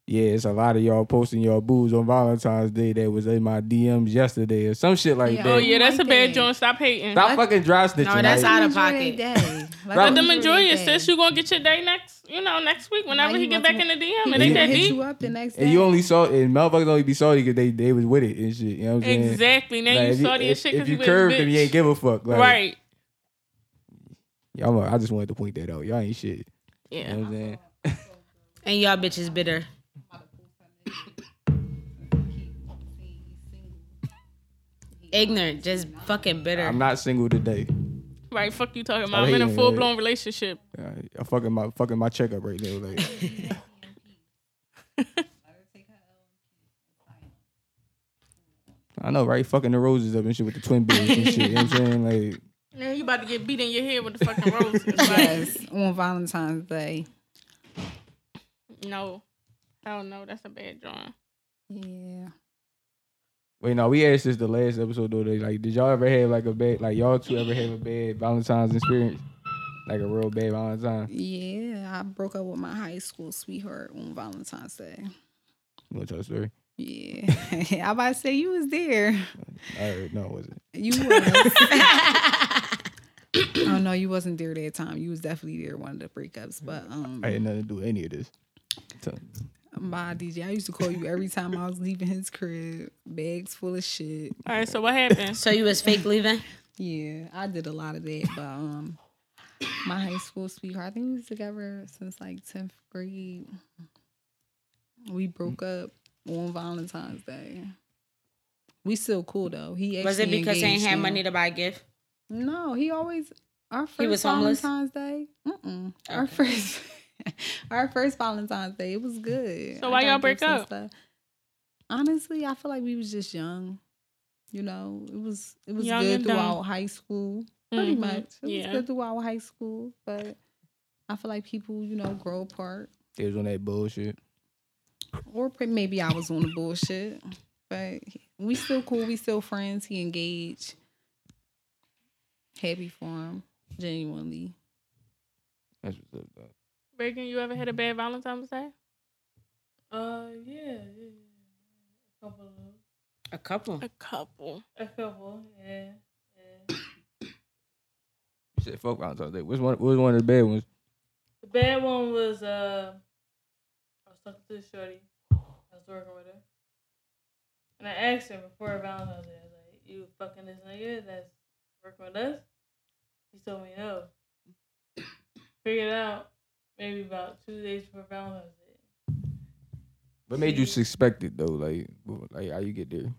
yeah, it's a lot of y'all posting y'all boobs on Valentine's Day that was in my DMs yesterday or some shit like
Yeah.
that.
Oh yeah, that's a
Like
bad
that.
joint. Stop hating.
Stop fucking dry snitching.
No, that's
like,
out of
Enjoy their
pocket.
day. Let
Let
Let them
their
enjoy
day.
it, sis. You gonna get your day next, you know, next week whenever
Why
he
you
get back
want
in
to-
the DM. It
Yeah.
ain't
They
that
hit
deep.
you up the next day.
and you only saw and motherfuckers only be salty because they they was with it and shit. You know what I'm saying?
Exactly. Now
Like,
you
if
saw the
if-
shit
If
because
you
you
curved them, you ain't give a fuck. Like,
right.
Y'all, I just wanted to point that out. Y'all ain't shit. You know
Yeah.
what I'm saying?
And y'all bitches bitter. Ignorant, just fucking bitter.
I'm not single today.
Right. Fuck you talking
Oh,
about. I'm in a
yeah,
full blown relationship.
Uh, I'm fucking my fucking my checkup right now. Like, I know, right? Fucking the roses up and shit with the twin bitch and shit. You know what I'm saying? Like,
Now you about to get beat in your head with the fucking roses. Like,
Yes, on Valentine's Day.
no. Hell no, that's a bad drawing.
Yeah.
wait, no, we asked this the last episode though. They, like, did y'all ever have like a bad, like y'all two ever have a bad Valentine's experience? Like a real bad Valentine?
Yeah. I broke up with my high school sweetheart on Valentine's Day.
You want to tell the story?
Yeah. I about to say you was there.
All right, no, it wasn't.
You was. oh no, you wasn't there that time. You was definitely there one of the breakups. But um
I had nothing to do with any of this. So,
my DJ, I used to call you every time I was leaving his crib, bags full of shit.
All right, so what happened?
so you was fake leaving?
Yeah, I did a lot of that, but um, my high school sweetheart, I think we was together since like tenth grade. We broke up on Valentine's Day. We still cool though. He
Was it
actually
because he ain't
engaged
had
now.
money to buy a gift?
No, he always our first
was homeless?
Valentine's Day. Mm-mm. Our first, our first Valentine's Day. It was good.
So
I
why
got
y'all break
gifts and
up?
stuff. Honestly, I feel like we was just young. You know, it was it was
Young
good
and dumb.
throughout high school. Pretty
Mhm.
much, it
Yeah.
was good throughout high school. But I feel like people, you know, grow apart.
it was on that bullshit.
Or pre- maybe I was on the bullshit. But we still cool. We still friends. He engaged. Happy for him, genuinely.
That's what's up, though.
Reagan, you ever had a bad Valentine's Day?
Uh, yeah, yeah, yeah. a couple, of,
A couple.
A couple.
a couple, yeah. yeah.
You said fuck Valentine's Day. Which one? Which one of the bad ones?
The bad one was uh, I was talking to the shorty, I was working with her, and I asked her before Valentine's Day, I was like, "You fucking this nigga that's working with us?" She told me no. Figured out maybe about two days before Valentine's Day.
What made you suspect it though? Like, wh- like how you get there?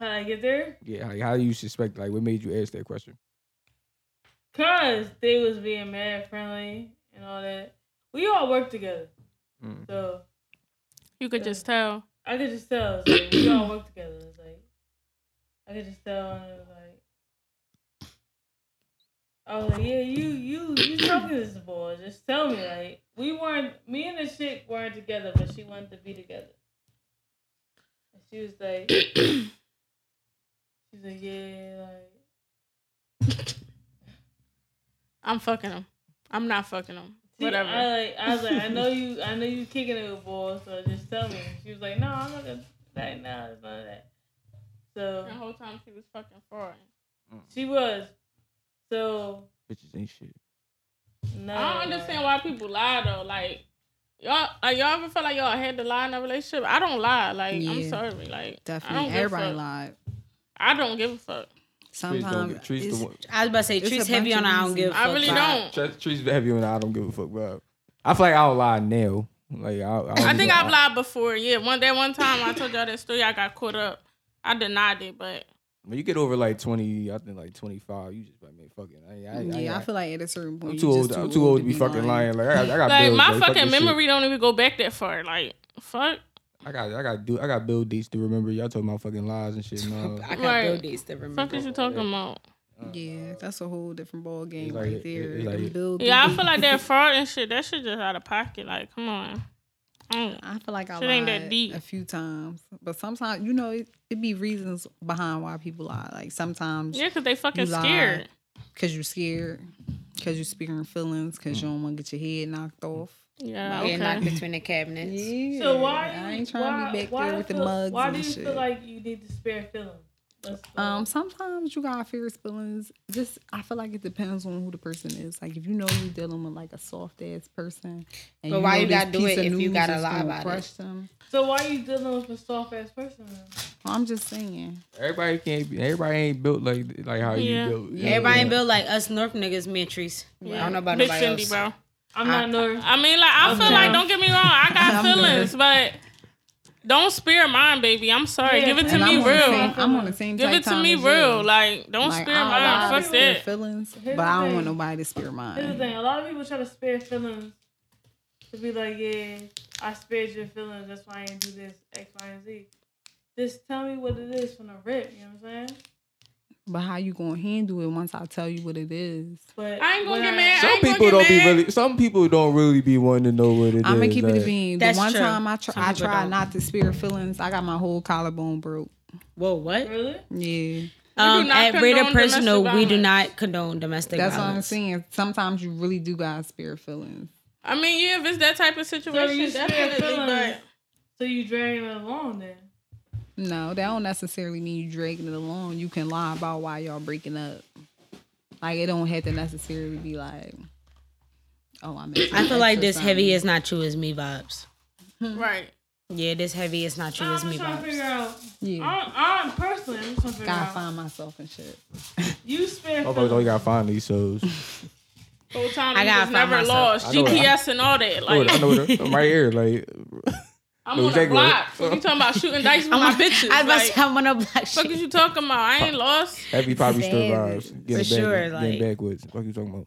How did I get there?
Yeah, like how you suspect? Like, what made you ask that question?
Cause they was being mad friendly and all that. We all work together,
Mm.
so
You could just tell.
I could just tell. It's like, we all work together. It's like I could just tell, and it was like I was like, yeah, you you you talking to this boy? Just tell me, like we weren't me and the chick weren't together, but she wanted to be together. And she was like, she's like, yeah, like
I'm fucking him. I'm not fucking him.
See,
Whatever.
I like. I was like, I know you. I know you kicking it with balls, so just tell me. She was like, No, I'm not gonna. Like, no, it's none of that. So
the whole time she was fucking for it.
she was. So
Bitches ain't shit.
no.
I don't understand why people lie though. Like y'all, like, y'all ever felt like y'all had to lie in a relationship? I don't lie. Like I'm
Yeah.
sorry. Like I don't
Definitely,
give a
everybody
fuck.
lied.
I don't give a fuck.
Trees don't
Sometimes
get trees.
Um, it's-
The one,
I was about to say,
It's a
treats
bunch
heavy
of
on I don't
reasons.
give a
I
fuck
really
vibe.
don't.
tre- trees heavy and I don't give a fuck about. I feel like I don't lie now. Like I, I,
I think I've lied before. Yeah, one that one time I told y'all that story. I got caught up. I denied it, but
When you get over like twenty, I think like twenty five, you just like man, fucking. I, I,
yeah, I,
I,
feel like at a certain point
am
you
too old.
just
I'm too old to be fucking lying. Like I, I got
like
bills,
my
like, fuck
fucking
this shit.
memory don't even go back that far. Like fuck.
I got, I got, do, I got bill dates to remember. Y'all talking about fucking lies and shit. No,
I got
Right.
bill dates to
Fuck
remember.
is you talking about?
Yeah, that's a whole different ball game
It's like-
right there.
it's like-
Them bill
Yeah, I
gates.
feel like that fraud and shit. That shit just out of pocket. Like come on. Mm.
I feel like I
Shit
lied
ain't that deep.
a few times, but sometimes you know it, it be reasons behind why people lie. Like sometimes
Yeah, because they fucking
You lied.
scared.
because you're scared, because you're speaking feelings, because you don't want to get your head knocked off.
Yeah,
Getting
Oh, okay.
locked between the cabinets.
Yeah,
So why? you-
I ain't trying
why,
to be back
why
there with the
feel-
mugs
Why
and
do you
shit.
feel like you need to spare feelings? Let's go.
um, sometimes you got fear feelings. Just I feel like it depends on who the person is. Like if you know you're dealing with like a soft ass person, and
But why
know
you gotta
this
do
piece
it
of
if you
news
gotta
is
lie
gonna
about it?
crush Them.
so why you dealing with a soft ass person? Then?
I'm just saying.
everybody can't. Be, everybody ain't built like like how
Yeah.
you built.
Everybody ain't built like us North niggas, me and Trees. I don't know about
Big
nobody
Cindy,
else.
bro.
I'm
I-
not North.
I mean, like, I feel like, don't get me wrong, I got
I'm good.
feelings, but don't spare mine, baby. I'm sorry.
Yeah,
Give it to
and
me
I'm on the
real.
same- I'm on the same.
Give
type
it to
time
me
as you.
real. Like, don't
Like,
spare
I
mine. Fuck
spare
that.
feelings,
Here's
but I
the
don't want
thing.
nobody to spare mine.
Here's the thing: a lot of people try to spare feelings to be like, "Yeah, I spared your feelings. That's why I didn't do this X, Y, and Z." Just tell me what it is from the rip. You know what I'm saying?
But how you gonna handle it once I tell you what it is?
But
I ain't gonna
when
get
I-
mad. I
Some
ain't gonna
people
get
don't be
mad.
really. Some people don't really be wanting to know what it
I'm gonna
is,
keep it
like-
a bean. The
That's
one
true.
time I tr-
Some
I
people
tried
don't.
not to spare feelings, I got my whole collarbone broke.
Whoa, what?
Really?
Yeah,
do
Um,
not
at Raider
condone
Personal,
domestic
we do
violence.
not condone domestic
that's what I'm
violence.
saying. Sometimes you really do gotta spare feelings.
I mean, yeah, if it's that type of situation,
you spare
definitely.
feelings.
But
So you dragging it along then?
No, that don't necessarily mean you dragging it along. You can lie about why y'all breaking up. Like it don't have to necessarily be like, oh, I'm.
I feel like this heavy is not true as me vibes.
right.
Yeah, this heavy is not true
I'm
as me
just trying to figure
vibes.
out.
Yeah,
I'm, I'm personally, I'm just trying to figure
gotta
out.
find myself and shit.
You spare
Motherfuckers only
feelings.
gotta find these souls.
Whole time
I
I
gotta
got
find
never
myself.
lost
I know that.
GPS and all that.
Oh, I know
Like,
that- I know that. I'm right here. Like,
I'm
know
on a
exactly
block.
what-
What you talking about shooting dice with
I'm
my
on-
bitches?
I was about to
Like,
say, I'm on a black
fuck is
shit.
you talking about? I ain't lost.
heavy probably still
Savage.
vibes. Getting
For
back,
sure,
getting
like-
backwards. What you talking about?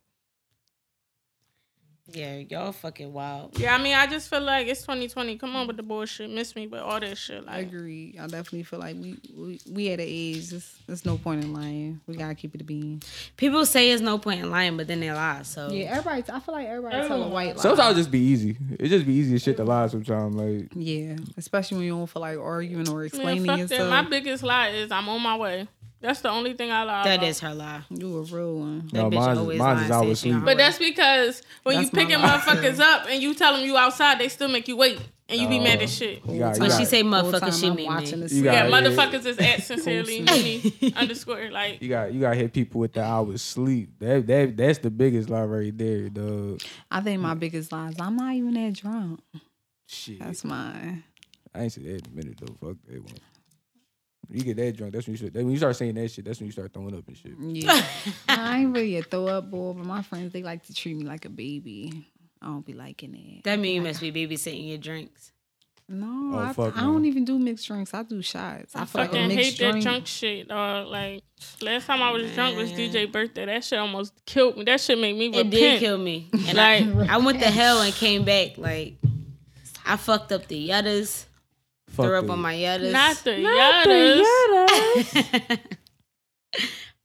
Yeah, y'all fucking wild.
Yeah, I mean, I just feel like it's 2020. Come on with the bullshit. Miss me with all this shit.
I
Like,
agree. I definitely feel like we we, we at an age. There's, there's no point in lying. We gotta keep it a bean.
People say there's no point in lying, but then they lie. So
Yeah, everybody. I feel like everybody tell a white lie.
Sometimes it just be easy. It just be easy as shit to lie sometimes. Like
yeah, especially when you don't feel like arguing or
man,
explaining
fuck that.
yourself.
My biggest lie is I'm on my way. That's the only thing I lie.
that
about.
is her lie.
you a real one.
That
No,
bitch
mine's-
always
mine's
lying.
is
say
always
she
sleep.
on
But
her
that's because when
That's
you
my
picking
lie,
motherfuckers up and you tell them you outside, they still make you wait, and you be
Oh.
mad as shit.
you got,
When
you
she
got,
say
Whole time
motherfucker, she
I'm
mean
watching
me.
this.
You
Yeah,
got- yeah.
motherfuckers is at sincerely me underscore like.
you got you got to hit people with the hours sleep. That that that's the biggest lie right there, dog.
I think my biggest lies. I'm not even that drunk.
Shit,
That's mine.
I ain't said that in a minute though. Fuck that one. You get that drunk. That's when you start. That, when you start saying that shit, that's when you start throwing up and
Mm-hmm.
shit.
Yeah, I ain't really a throw up boy, but my friends they like to treat me like a baby. I don't be liking it.
That mean you must be babysitting your drinks.
No,
Oh,
I,
fuck
I
no.
don't even do mixed drinks. I do shots. I, feel like a
Fucking hate
mixed drink.
that drunk shit, dog. Like last time I was drunk was DJ birthday. That shit almost killed me. That shit made me
It
repent.
did kill me. And I, I went to hell and came back. Like I fucked up the yuttas,
Fuck
threw up
that.
on my yuttas.
Not the yattas.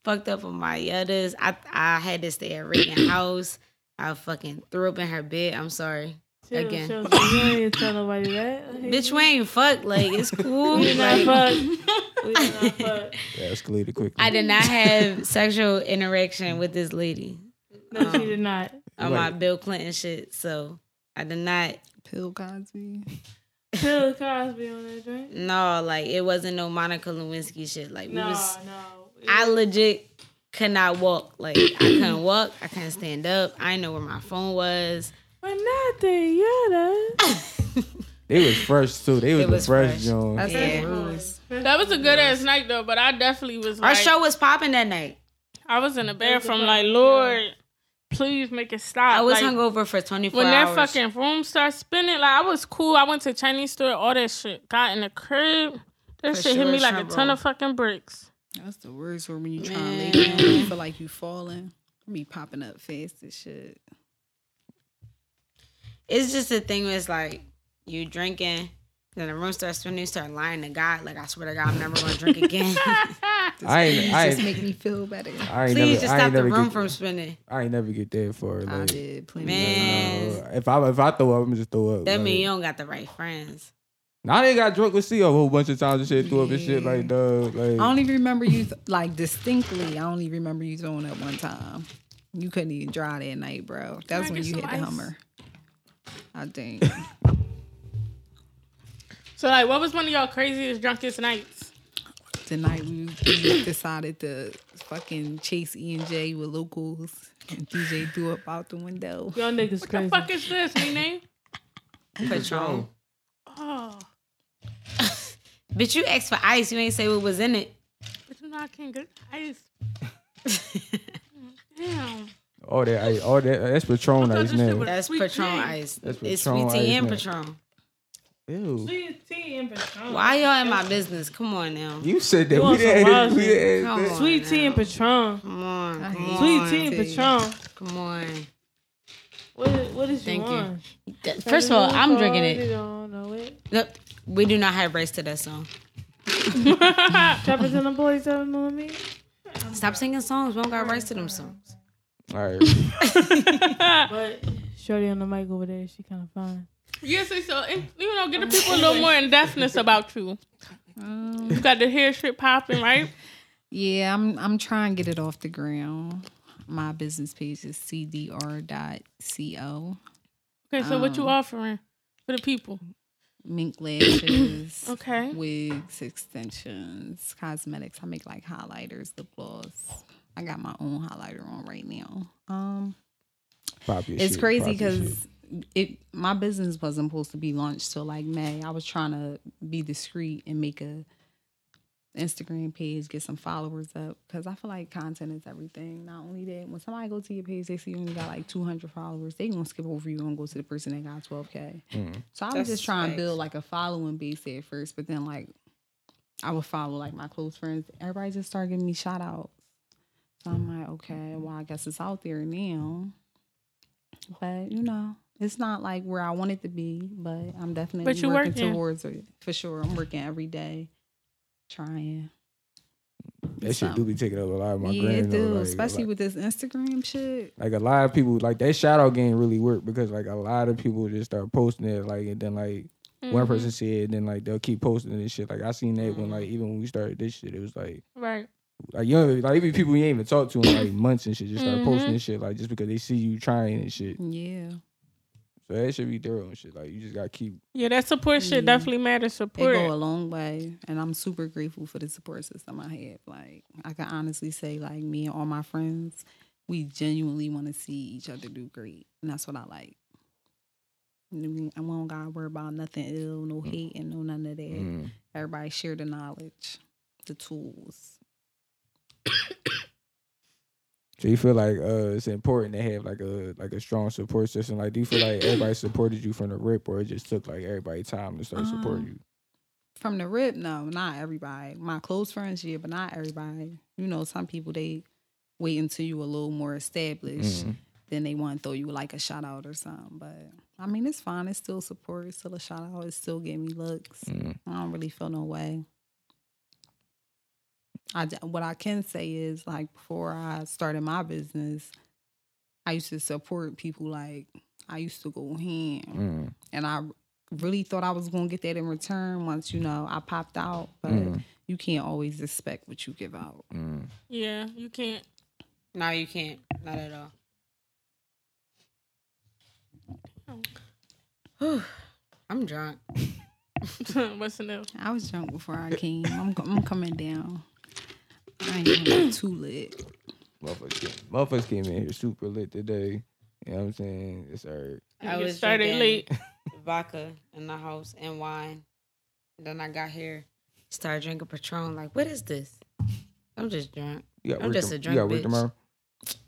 fucked up on my yuttas. I I had to stay at Reagan house. I fucking threw up in her bed. I'm sorry. Again.
Chelsea, you ain't even tell nobody that.
Bitch, we ain't fucked. Like it's cool.
We not
Like,
fucked. We not fucked.
That escalated quickly.
I did not have sexual interaction with this lady
No,
Um,
she did not.
on my Bill Clinton shit. So I did not.
Pill Cosby.
Bill Cosby on that joint.
No, like it wasn't no Monica Lewinsky shit. Like we
No,
was.
no.
I legit could not walk. Like I couldn't walk. I couldn't stand up. I didn't know where my phone was.
But not the yada.
They was fresh too. They was,
It was
the fresh,
fresh.
John.
That's
Yeah.
the worst.
That was a good ass night though, but I definitely was
Our
like,
show was popping that night.
I was in the bathroom like, Lord, please make it stop.
I was
like,
hungover for 24
When that
hours.
fucking room starts spinning, like I was cool. I went to Chinese store, all that shit. Got in the crib. That
For
shit hit
sure,
me like a
shrimp
ton
roll.
of fucking bricks.
That's the worst. Or when you try and lay down, you feel like you falling. You Be popping up fast as shit.
it's just a thing where it's like you drinking, then the room starts spinning, you start lying to God. Like, I swear to God, I'm never gonna drink again.
I ain't, I
Just
ain't,
make me feel better.
I ain't
Please
never,
just
I
stop
ain't
the
never
room
get,
from spinning.
I ain't never get there for it.
I
Like,
did plenty.
Man,
uh, if I if I throw up, I'm just throw up.
that
like,
mean you don't got the right friends.
Now they got drunk with CO a whole bunch of times and shit, threw up and shit like dog. Like
I only remember you th- like distinctly. I only remember you throwing up one time. You couldn't even drive that night, bro. That's
I
when
get
you hit
some
the
ice?
Hummer. I think.
So like, what was one of y'all craziest drunkest nights?
the night we, we decided to fucking chase E and J with locals, and DJ threw up out the window.
Y'all niggas crazy.
Fuck is this, me name?
Patron.
Oh,
Bitch, you asked for ice, you ain't say what was in it.
but you know I can't get ice. Damn.
all that, I, all that. That's Patron
thought
ice
this shit
now.
was-
That's
Sweet
Patron
tea.
ice.
That's
it's
Patron
sweet tea
ice,
and
man.
Patron.
Ew.
Sweet tea and Patron.
Why y'all in my business? Come on now.
You said that
You
we
want some
didn't.
wild
We
shit.
didn't.
Come on
Sweet tea
now.
and Patron.
Come on,
I
come
hate
Sweet
on,
tea and
Tea.
Patron.
come on.
What, what is
Thank
you
you.
on?
Th- First of all, I'm drinking
You
it.
don't know it.
Nope, We do not have rights to that song.
Trappers and the boys don't know me.
Stop singing songs. We don't got rights to them songs.
All right.
But Shorty on the mic over there, she kind of fine.
Yes, yeah, so, so you know, give the people a little more in depthness about you. You got the hair shit popping, right?
Yeah, I'm I'm trying to get it off the ground. My business page is cdr.co.
Okay, so what you offering for the people?
Mink lashes,
Okay.
wigs, extensions, cosmetics. I make like highlighters, lip gloss. I got my own highlighter on right now. Um,
Pop your
it's
shit,
crazy
pop your shit.
because it my business wasn't supposed to be launched till like May. I was trying to be discreet and make a Instagram page, get some followers up because I feel like content is everything. Not only that, when somebody goes to your page, they see you only got like 200 followers, they gonna skip over you and go to the person that got 12k. So I was
That's
just trying to
facts.
build like a following base at first, but then like I would follow like my close friends. Everybody just started giving me shout outs. So I'm like, okay, well I guess it's out there now. But you know, it's not like where I want it to be, but I'm definitely
But you
working
working.
towards it for sure. I'm working every day, trying.
That shit do be taking up a lot of my
yeah,
brain.
it
though,
do,
like,
especially with
like,
this Instagram shit.
like a lot of people like that shadow game really worked because like a lot of people just start posting it like and then like
Mm-hmm.
Mm-hmm.
one person see it and then like they'll keep posting this shit. Like I seen that when like even when we started this shit, it was like
Right.
like you know like even people you ain't even talk to in like months and shit just
Mm-hmm.
start
Mhm.
posting this shit like just because they see you trying and shit.
Yeah,
So that should be thorough and shit. Like you just gotta keep
Yeah, that support shit
Yeah.
definitely matters.
it
Support.
go a long way, and I'm super grateful for the support system I have. Like I can honestly say, like me and all my friends, we genuinely want to see each other do great, and that's what I like. You know what I mean? I won't gotta worry about nothing ill, no hate, and no none of that.
mm,
Everybody share the knowledge, the tools.
so you feel like uh it's important to have like a like a strong support system. Like do you feel like everybody supported you from the rip or it just took like everybody time to start supporting
Um,
you?
From the rip, no, not everybody. My close friends, yeah, but not everybody. You know, some people they wait until you a little more established,
Mhm.
then they want to throw you like a shout out or something. But I mean, it's fine. It's still support. It's still a shout out. It's still giving me looks.
Mm.
I don't really feel no way. I d- what I can say is like before I started my business, I used to support people like I used to go ham
Mm.
and I really thought I was gonna get that in return once you know I popped out, but
Mm-hmm.
Mhm.
you can't always expect what you give out.
Mm.
Yeah, you can't.
No, you can't. Not at all. I'm drunk.
What's new?
I was drunk before I came. I'm, co- I'm coming down. I ain't gonna be too lit.
Motherfuckers, came- motherfuckers came in here super lit today. You know what I'm saying? It's alright.
I
You
was
started
drinking
late.
Vodka in the house and wine. Then I got here, started drinking Patron. Like, what is this? I'm just drunk.
You got
I'm
work
just a
tom- You got
drunk
work
bitch.
tomorrow.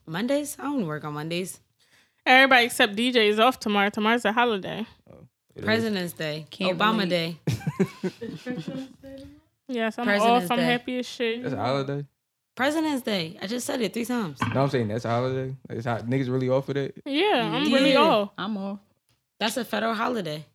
Mondays? I don't work on Mondays.
Everybody except DJ is off tomorrow. Tomorrow's a holiday.
It is.
President's Day,
Can't
Obama
relate.
Day.
Yes, I'm
President's
off. I'm
Day.
happy as shit.
Mm-hmm.
That's a holiday.
President's Day. I just said it three times.
No, I'm saying that's a holiday. Like, it's hot. Niggas really off of that.
Yeah, I'm really
Yeah.
off.
I'm off.
That's a federal holiday.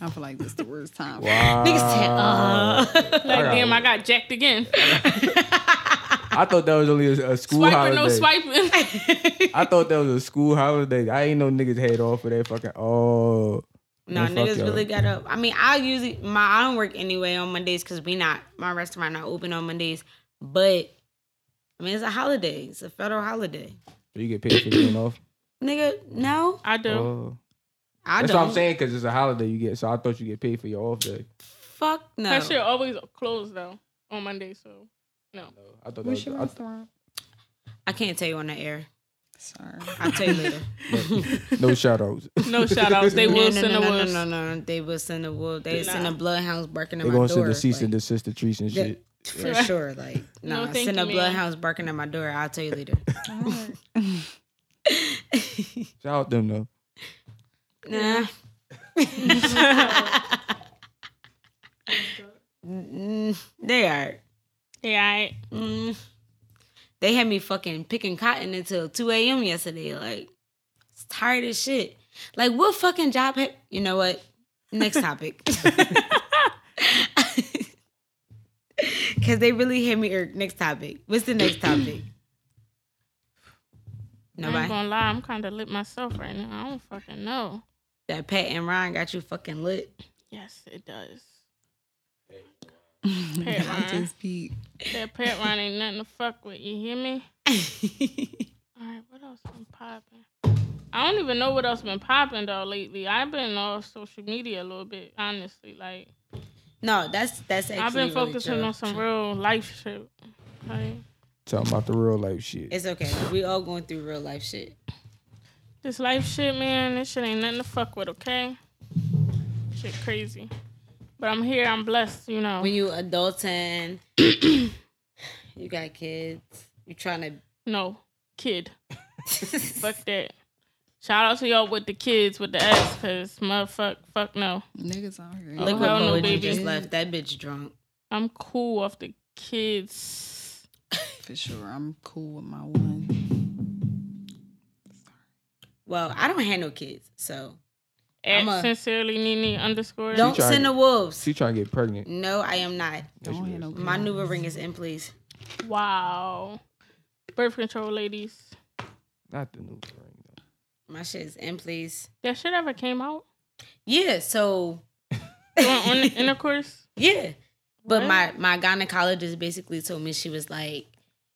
I feel like this the worst time.
Wow.
Niggas said, uh.
Like,
got
damn,
one.
I got jacked again.
I thought that was only a, a school
Swiping,
holiday.
no swiping.
I thought that was a school holiday. I ain't no niggas head off for that fucking. Oh,
No,
Man, fuck
niggas
y'all.
really got up. I mean, I usually my I don't work anyway on Mondays because we not my restaurant not open on Mondays. But I mean, it's a holiday. It's a federal holiday.
so you get paid for being off.
Nigga, no,
I do.
Oh.
I
That's
don't.
what I'm saying because it's a holiday you get. So I thought you get paid for your off day.
Fuck no.
That shit always closed though on Monday. So no.
No, I thought that
What's
was.
your
I,
restaurant?
I can't tell you on the air.
Sorry.
I'll tell you later.
no shout outs.
No shout outs. They
no,
will
no,
send
no,
a
no,
wolf.
no, no, no. They will send a wolf. They
Nah.
send a bloodhounds barking at
They're
my
gonna
door.
send the cease and
like,
desist the trees and
Yeah.
shit.
for sure. Like,
No,
nah,
thank
send
you,
a
ma'am.
bloodhounds barking at my door. I'll tell you later.
Shout out them though.
Nah. Mm, they are.
Yeah, I,
Mm. They had me fucking picking cotton until 2 a.m. yesterday. Like, it's tired as shit. Like, what fucking job? Ha- you know what? Next topic. Because they really hit me. irked. Next topic. What's the next topic?
I ain't
Nobody.
gonna lie. I'm kind of lit myself right now. I don't fucking know.
That Pat and Ryan got you fucking lit.
Yes, it does. Pat
I
Ryan.
just be
That pet Ryan ain't nothing to fuck with. You hear me? All right, what else been popping? I don't even know what else been popping though lately. I've been off social media a little bit, honestly. Like
no, that's that's actually.
I've been
really
focusing
true.
on some real life shit. Like
Talking about the real life shit.
It's okay. We all going through real life shit.
This life shit, man, this shit ain't nothing to fuck with, okay? Shit crazy. But I'm here, I'm blessed, you know.
When you adulting, you got kids. You trying to
no, kid. fuck that. Shout out to y'all with the kids, with the S, because motherfuck, fuck no.
niggas out here.
Look
look
Oh,
what
hell no,
Mo you
baby.
just left. That bitch drunk.
I'm cool off the kids.
For sure, I'm cool with my one.
Well, I don't have no kids, so
At
I'm a-
sincerely Nini underscore.
don't
tried
send
it.
the wolves.
She trying to get pregnant.
No, I am not.
Yes, she is.
My new ring is in, please.
Wow. Birth control ladies.
Not the new ring. though.
My shit is in, please.
That shit ever came out
Yeah, so
on, on the intercourse?
yeah, but
What?
my my gynecologist basically told me she was like,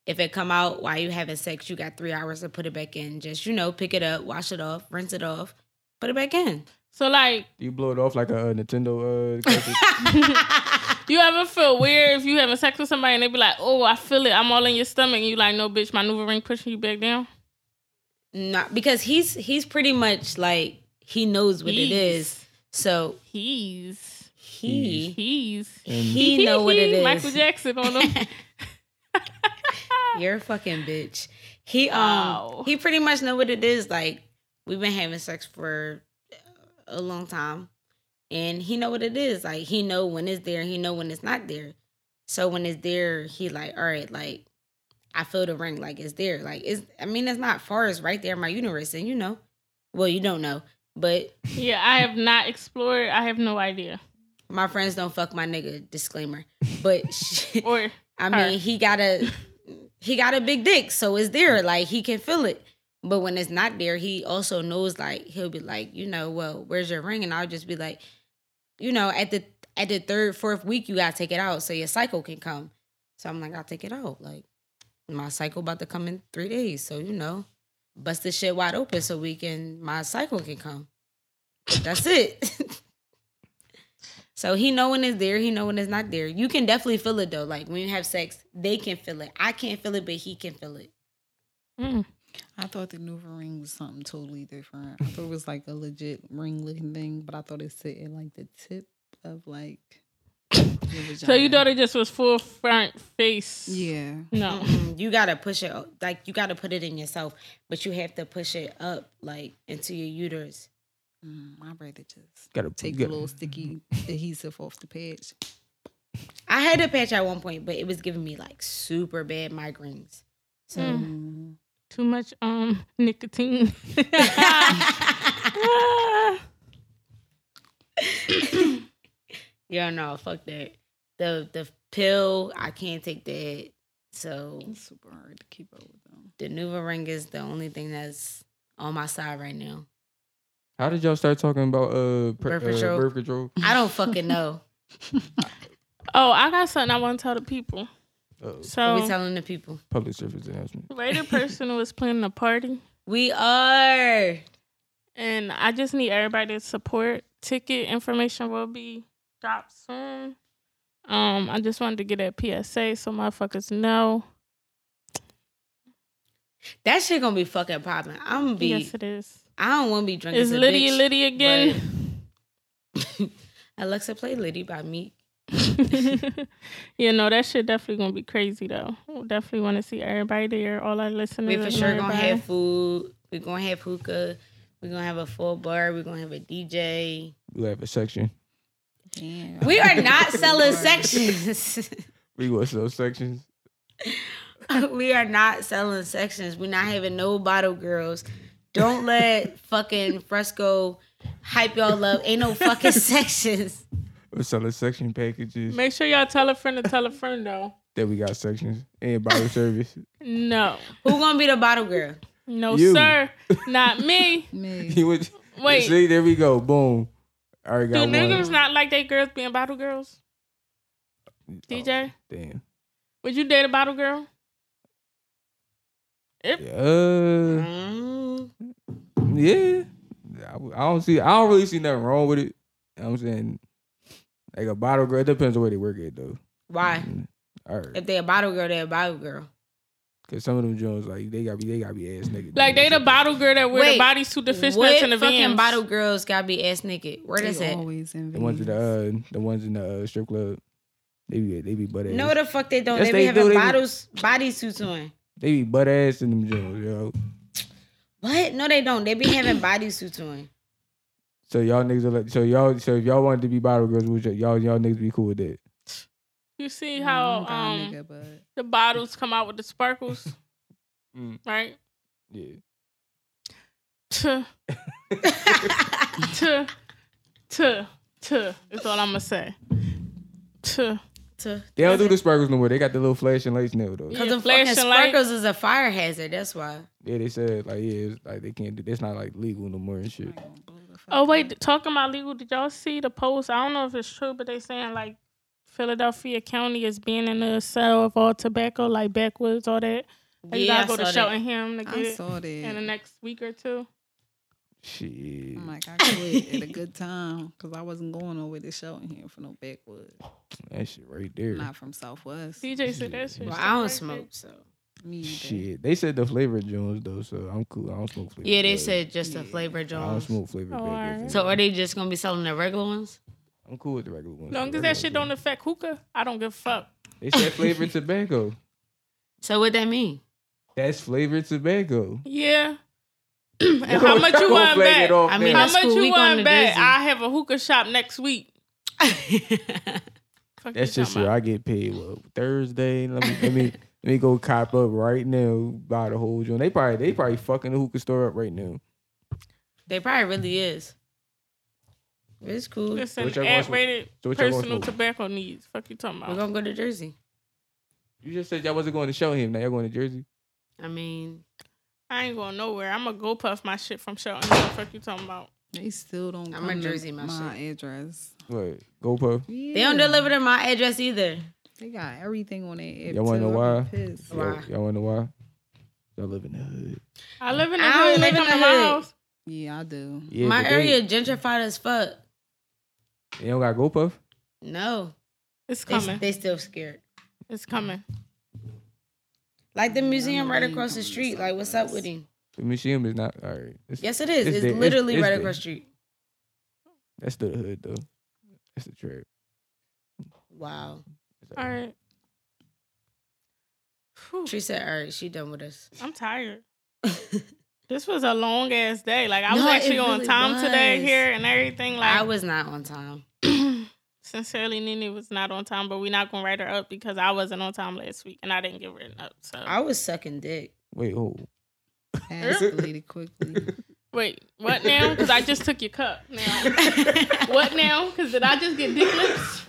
if it come out while you having sex, you got three hours to put it back in. Just you know, pick it up, wash it off, rinse it off, put it back in.
So like,
You blow it off like a uh, Nintendo. Uh, cartridge.
you ever feel weird if you having sex with somebody and they be like, "Oh, I feel it. I'm all in your stomach," and you like, "No, bitch, my new ring pushing you back down."
Not because he's he's pretty much like he knows what it is. So
He's
he
he's
he know what it is.
Michael Jackson on them.
You're a fucking bitch. He um
Wow.
he pretty much know what it is. Like we've been having sex for a long time, and he know what it is. Like he know when it's there, he know when it's not there. So when it's there, he like, all right, like I feel the ring, like it's there. Like it's I mean it's not far, it's right there in my uterus, and you know, well you don't know, but
yeah, I have not explored. I have no idea.
my friends don't fuck my nigga. Disclaimer, but. She,
Or
I
her.
mean, he got a he got a big dick, so it's there. Like he can feel it. But when it's not there, he also knows. Like he'll be like, you know, well, where's your ring? And I'll just be like, you know, at the at the third, fourth week, you gotta take it out so your cycle can come. So I'm like, I'll take it out. Like my cycle about to come in three days, so you know, bust this shit wide open so we can my cycle can come. That's it. So he know when it's there, he know when it's not there. You can definitely feel it though. Like when you have sex, they can feel it. I can't feel it, but he can feel it.
Mm.
I thought the new ring was something totally different. I thought it was like a legit ring looking thing, but I thought it sit in like the tip of like. your
so you
vagina.
thought it just was full front face?
Yeah.
No.
Mm, You gotta push it like you gotta put it in yourself, but you have to push it up like into your uterus.
Mm, I'd rather just
Gotta
take
gotta-
the little sticky
Mm-hmm.
adhesive off the patch.
I had a patch at one point, but it was giving me like super bad migraines. So
Mm-hmm.
Mm.
Too much um nicotine.
yeah, no, fuck that. The the pill, I can't take that. So
It's super hard to keep up with them.
the Nuva ring is the only thing that's on my side right now.
How did y'all start talking about uh, pr-
Birth
uh,
control.
birth control?
I don't fucking know.
oh, I got something I want to tell the people.
Uh,
So
we telling the people.
public service announcement.
Raider person was planning a party,
We are.
and I just need everybody to support. Ticket information will be dropped soon. Um, I just wanted to get that PSA so motherfuckers know.
That shit gonna be fucking popping. I'm gonna be.
Yes, it is.
I don't want to be drinking.
Is
to
Liddy
bitch,
Liddy again?
but- Alexa, play Liddy by Meek.
yeah, no, that shit definitely gonna be crazy though. We'll definitely want to see everybody there. All our listeners.
We for
and
sure gonna
everybody.
have food. We gonna have hookah. We gonna have a full bar. We gonna have a DJ.
We have a section.
Damn.
We are not selling sections.
We go sell sections.
we are not selling sections. We're not having no bottle girls. Don't let fucking Fresco hype y'all up. Ain't no fucking sections.
We're selling section packages.
Make sure y'all tell a friend to tell a friend though.
Then we got sections and bottle service.
No,
Who gonna be the bottle girl?
no,
You.
sir, not me.
Meg,
He would
Wait.
See, there we go. Boom. All right,
Do
got
niggas
one.
not like they girls being bottle girls?
Oh,
DJ,
Damn.
would you date a bottle girl?
Yeah.
Mm,
Yeah. I, w- I don't see. I don't really see nothing wrong with it. You know what I'm saying, like a bottle girl. It depends on where they work at though.
Why?
All right.
If they a bottle girl, they a bottle girl.
Cause some of them Jones like they gotta be they gotta be ass nigga.
Like they the bottle girl that wear
Wait.
the bodysuit, the fishnets,
What
and the
fucking
vans.
bottle girls gotta be ass naked? Where
they
does it?
always in
The ones in the
Vans.
uh, the ones in the uh, strip club. They be they be butt ass.
No, the fuck they don't.
Yes,
they be
they do.
having
They be-
bottles, body suits on.
they be butt ass in them Jones, yo.
What? No, they don't. They be having body suits on.
So y'all niggas are like, so y'all, so if y'all wanted to be bottle girls, would y- y'all y'all niggas be cool with that?
You see
No,
how
Oh,
I don't got a
um
nigga, but
the bottles come out with the sparkles,
Mm.
right?
Yeah.
Tuh. Tuh. Tuh. Tuh. That's all I'm going to say. Tuh.
To,
They don't do the sparkles no more. They got the little flash and lights now though.
Yeah.
Cause the
flash
fucking
and light.
sparkles is a fire hazard. That's why.
Yeah, they said like yeah, it's like they can't do. It's not like legal no more and shit.
Oh, wait. Talking about legal, did y'all see the post? I don't know if it's true, but they saying like Philadelphia County is being in the sale of all tobacco, like backwards, all that. Like,
Yeah, I
you gotta go
saw
to
that.
Cheltenham to get
I
it
saw that.
in the next week or two.
Shit.
I'm like, I quit at a good time because I wasn't going over the show in here for no backwoods.
That shit right there.
Not from Southwest.
DJ said that shit.
Well,
so
I don't
crazy.
smoke, so
Me either.
Shit. They said the flavor Jones though, so I'm cool. I don't smoke flavor.
yeah, they
Jones.
said just a flavor
I don't
Jones.
smoke flavor.
Oh, alright.
So are they just gonna be selling the regular ones?
I'm cool with the regular ones.
As long
The
as that
regular
shit
ones,
don't affect hookah, I don't give a fuck.
yeah. They said flavored tobacco.
So what that mean?
That's flavored tobacco.
Yeah. and how much you want back?
I mean,
How
that's
much
cool.
you
We going to
want back?
Disney.
I have a hookah shop next week. Fuck
That's
you
just
talking
sure I get paid well, Thursday. Let me let me let me go cop up right now. Buy the whole joint. They probably they probably fucking the hookah store up right now.
They probably really is. It's cool.
about?
We're
It's an
What y'all gonna smoke?
ad-rated
So what y'all gonna
personal
smoke?
tobacco needs. Fuck you talking about?
gonna go to Jersey.
You just said y'all wasn't going to show him. Now y'all going to Jersey.
I mean,
I ain't going nowhere. I'm gonna go puff my shit from Shelton. What the fuck you talking about?
They still don't
I'm
come
in
to
Jersey, my
address.
What? Go puff.
they don't
Yeah.
deliver to my address either.
They got everything on their app.
Y'all wanna
too.
know
I'm
why?
pissed.
Why?
Y'all, y'all want to know why? Y'all live in the hood.
I live in the
I don't
hood. They
live in
come to
the
my
hood.
house.
Yeah, I do.
Yeah,
my
but they-
area gentrified as fuck.
They don't got go puff.
No,
It's
they,
coming.
they still scared.
It's coming.
Like the museum right across the street. Like, what's up with him?
The museum is not all right. It's,
Yes, it is.
It's
It's,
there. It's-
literally
it's
right
there.
across the street.
That's still the hood though. That's the trip.
Wow.
All right. Whew.
She said, "All right, she done with us."
I'm tired. this was a long ass day. Like I was
No, it
actually on
really
time today
was.
here and everything. Like
I was not on time.
sincerely, Nene was not on time, but we're not gonna write her up because I wasn't on time last week and I didn't get written up. So
I was sucking dick.
Wait, hold.
Escalated quickly.
wait, what now? Because I just took your cup. Now what now? Because did I just get dick lips?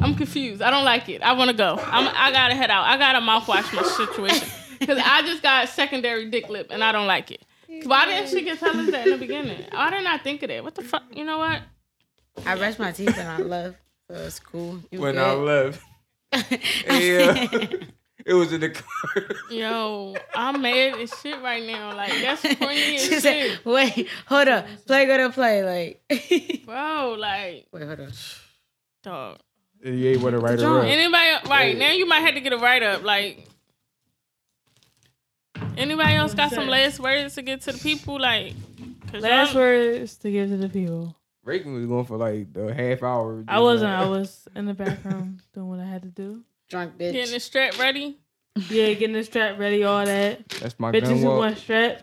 I'm confused. I don't like it. I want to go. I'm, I gotta head out. I gotta mouthwash my situation because I just got secondary dick lip and I don't like it. Why didn't she get tell us that in the beginning? Why didn't I think of that? What the fuck? You know what?
I brushed my teeth and I left. So it's cool. You
When I
good?
left, yeah, it was in the car.
Yo, I'm mad as shit right now. Like that's corny as
she
shit,
said, "Wait, hold up. Play, go to play." Like, wait,
bro. Like,
hold up.
dog.
you ain't want to write her up.
Anybody? Right now, you might have to get a write up. Like, anybody else got some last words to get to the people? Like, 'cause
Last
y'all-
words to give to the people.
Reagan was going for like the half hour.
I wasn't. I was in the bathroom doing what I had to do.
Drunk bitch.
Getting the strap ready.
Yeah, getting the strap ready, all that.
That's my
Bitches
gun
who
walk.
want strap.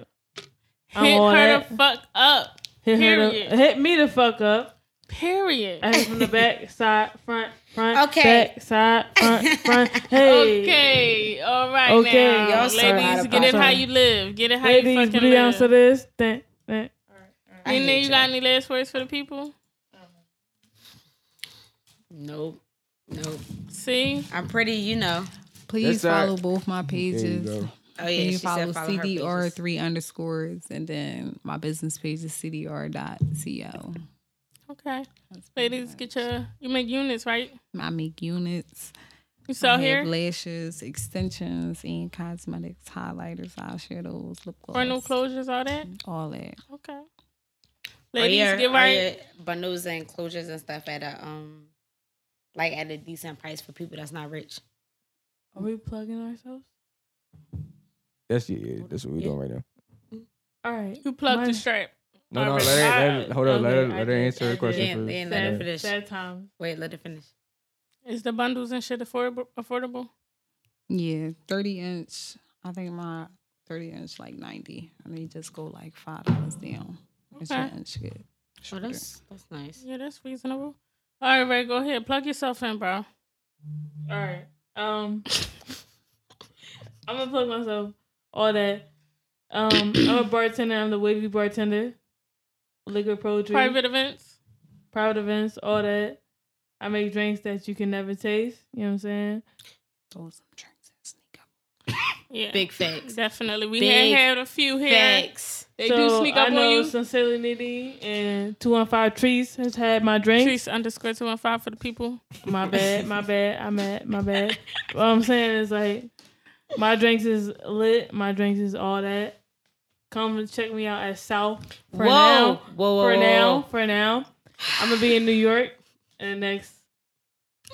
I'm
Hit
all
her
that.
the fuck up.
hit, her the,
period.
hit me the fuck up.
Period.
I hit from the back, side, front, front,
Okay.
back, side, front, front. Hey.
Okay. All right.
Okay.
Now,
Y'all
sorry.
ladies, get it how you live. Get it how you
Ladies,
fucking
be down to
live.
this. Dun, dun.
I
And then
hate
you
y'all.
got any last words for the people?
Nope. Nope.
See,
I'm pretty, you know.
Please
That's all right.
follow both my
There you
pages.
go.
Oh
Can
yeah,
you
she
follow
said follow her pages. Oh,
CDR3 underscores and then my business page is CDR.co.
okay, ladies, get your you make units right.
I make units.
You saw
I
here
Have lashes, extensions, and cosmetics, highlighters, eyeshadows, lip gloss,
frontal closures, all that.
all that.
Okay,
Or
ladies,
your-
get
or
right.
your oh, Bundles and closures and stuff at a um, like at a decent price for people that's not rich.
Are we plugging ourselves?
That's yeah, yeah, that's what we're
Yeah.
doing right now.
All right.
You plugged
Mine-
the strap.
No, no,
Alright.
let her, let her- hold on, let her,
Okay, I
let her
did,
answer
I
her question
did.
Then,
first.
then let her
Yeah.
finish.
Sad time.
Wait, let her finish.
Is the bundles and shit affordable? Affordable?
Yeah, 30 inch. I think my 30 inch like 90. And they just go like $5 down. It's your
Okay.
inch good.
Oh,
Shorter.
that's that's nice.
Yeah, that's reasonable. All right, Ray, go ahead. Plug yourself in, bro.
All right. Um, I'm gonna plug myself. All that. Um, I'm a bartender. I'm the wavy bartender. Liquor poetry, private,
Private events.
events, all that. I make drinks that you can never taste. You know what I'm saying?
Throw some drinks and sneak up.
Yeah.
Big facts.
Definitely. We
Big
had had a few here.
Facts.
They
so
do sneak
I
up on
know
you.
Sincerely Needy and Two One Five Trees has had my drinks.
Trees underscore two one five for the people.
My bad, my bad. I'm at my bad. what I'm saying is like my drinks is lit. My drinks is all that. Come and check me out at South. For
whoa.
now,
whoa, whoa, whoa,
for now,
whoa.
for now, I'm gonna be in New York in the next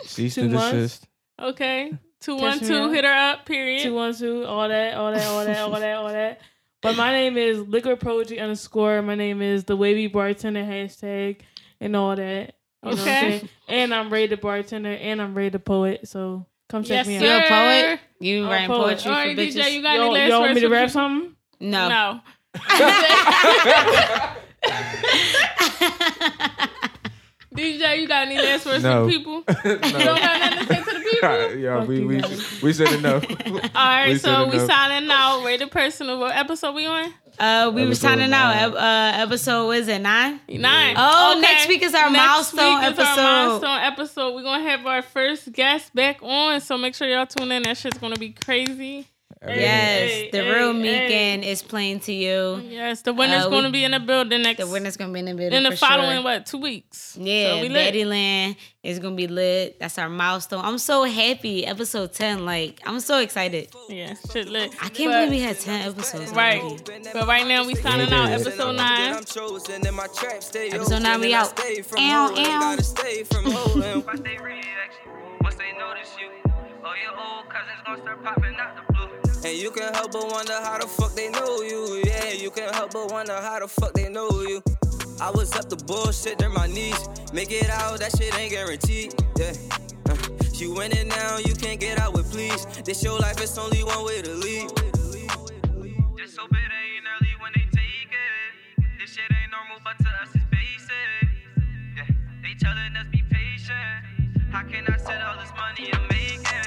Cease
Two
and
months.
desist.
Okay. Two one
me
two
up.
hit her up, period.
two one two. All that, all that, all that, all that, all that. But my name is Liquor Prodigy underscore. My name is the Wavy Bartender hashtag and all that. You know what I'm
Okay.
saying? and I'm Ray the bartender and I'm Ray the poet. So come
Yes,
check me
sir.
out.
You a poet? You
I'm a
writing
poet.
poetry
All right,
for bitches?
DJ, you got any
Y'all,
last
y'all want
words
me to
for
rap
people?
something?
no.
No. DJ, you got any last words
No.
for the people?
No.
You don't got nothing to say to the people?
All right, yeah,
Fuck
we
you
we
guys.
we said enough.
All right,
We
so
said
we
enough.
signing out. Rated personal. What episode we on?
uh, we were
Episode
signing out.
nine.
Uh, episode is it nine?
Nine.
Oh, next week is our milestone episode.
our milestone episode. We're gonna have our first guest back on, so make sure y'all tune in. That shit's gonna be crazy.
Yes,
hey,
the
hey,
real
hey.
Meekin is playing to you.
Yes, the winner's
Uh, we-
gonna be in the building next.
The winner's gonna be in the middle.
in the
for
following
sure.
what two weeks?
Yeah,
so we lit.
Bettyland is gonna be lit. That's our milestone. I'm so happy. Episode ten, like I'm so excited.
Yeah, shit lit.
I can't
But-
believe we had ten episodes.
Right.
already.
But right now we signing out.
Yeah.
Episode nine.
Episode nine, we out. Ow, ow.
ow.
Watch they reaction. Once they notice you, all your old cousins gonna start popping out the blue.
And you can help but wonder how the fuck they know you. Yeah, you can help but wonder how the fuck they know you. I was up the bullshit, they're my niece. Make it out, that shit ain't guaranteed. Yeah. Uh, you in it now, you can't get out with please. This your life, it's only one way to leave.
Just hope it ain't early when they take it. This shit ain't normal, but to us it's basic. Yeah, they telling us be patient. How can I set all this money and make it?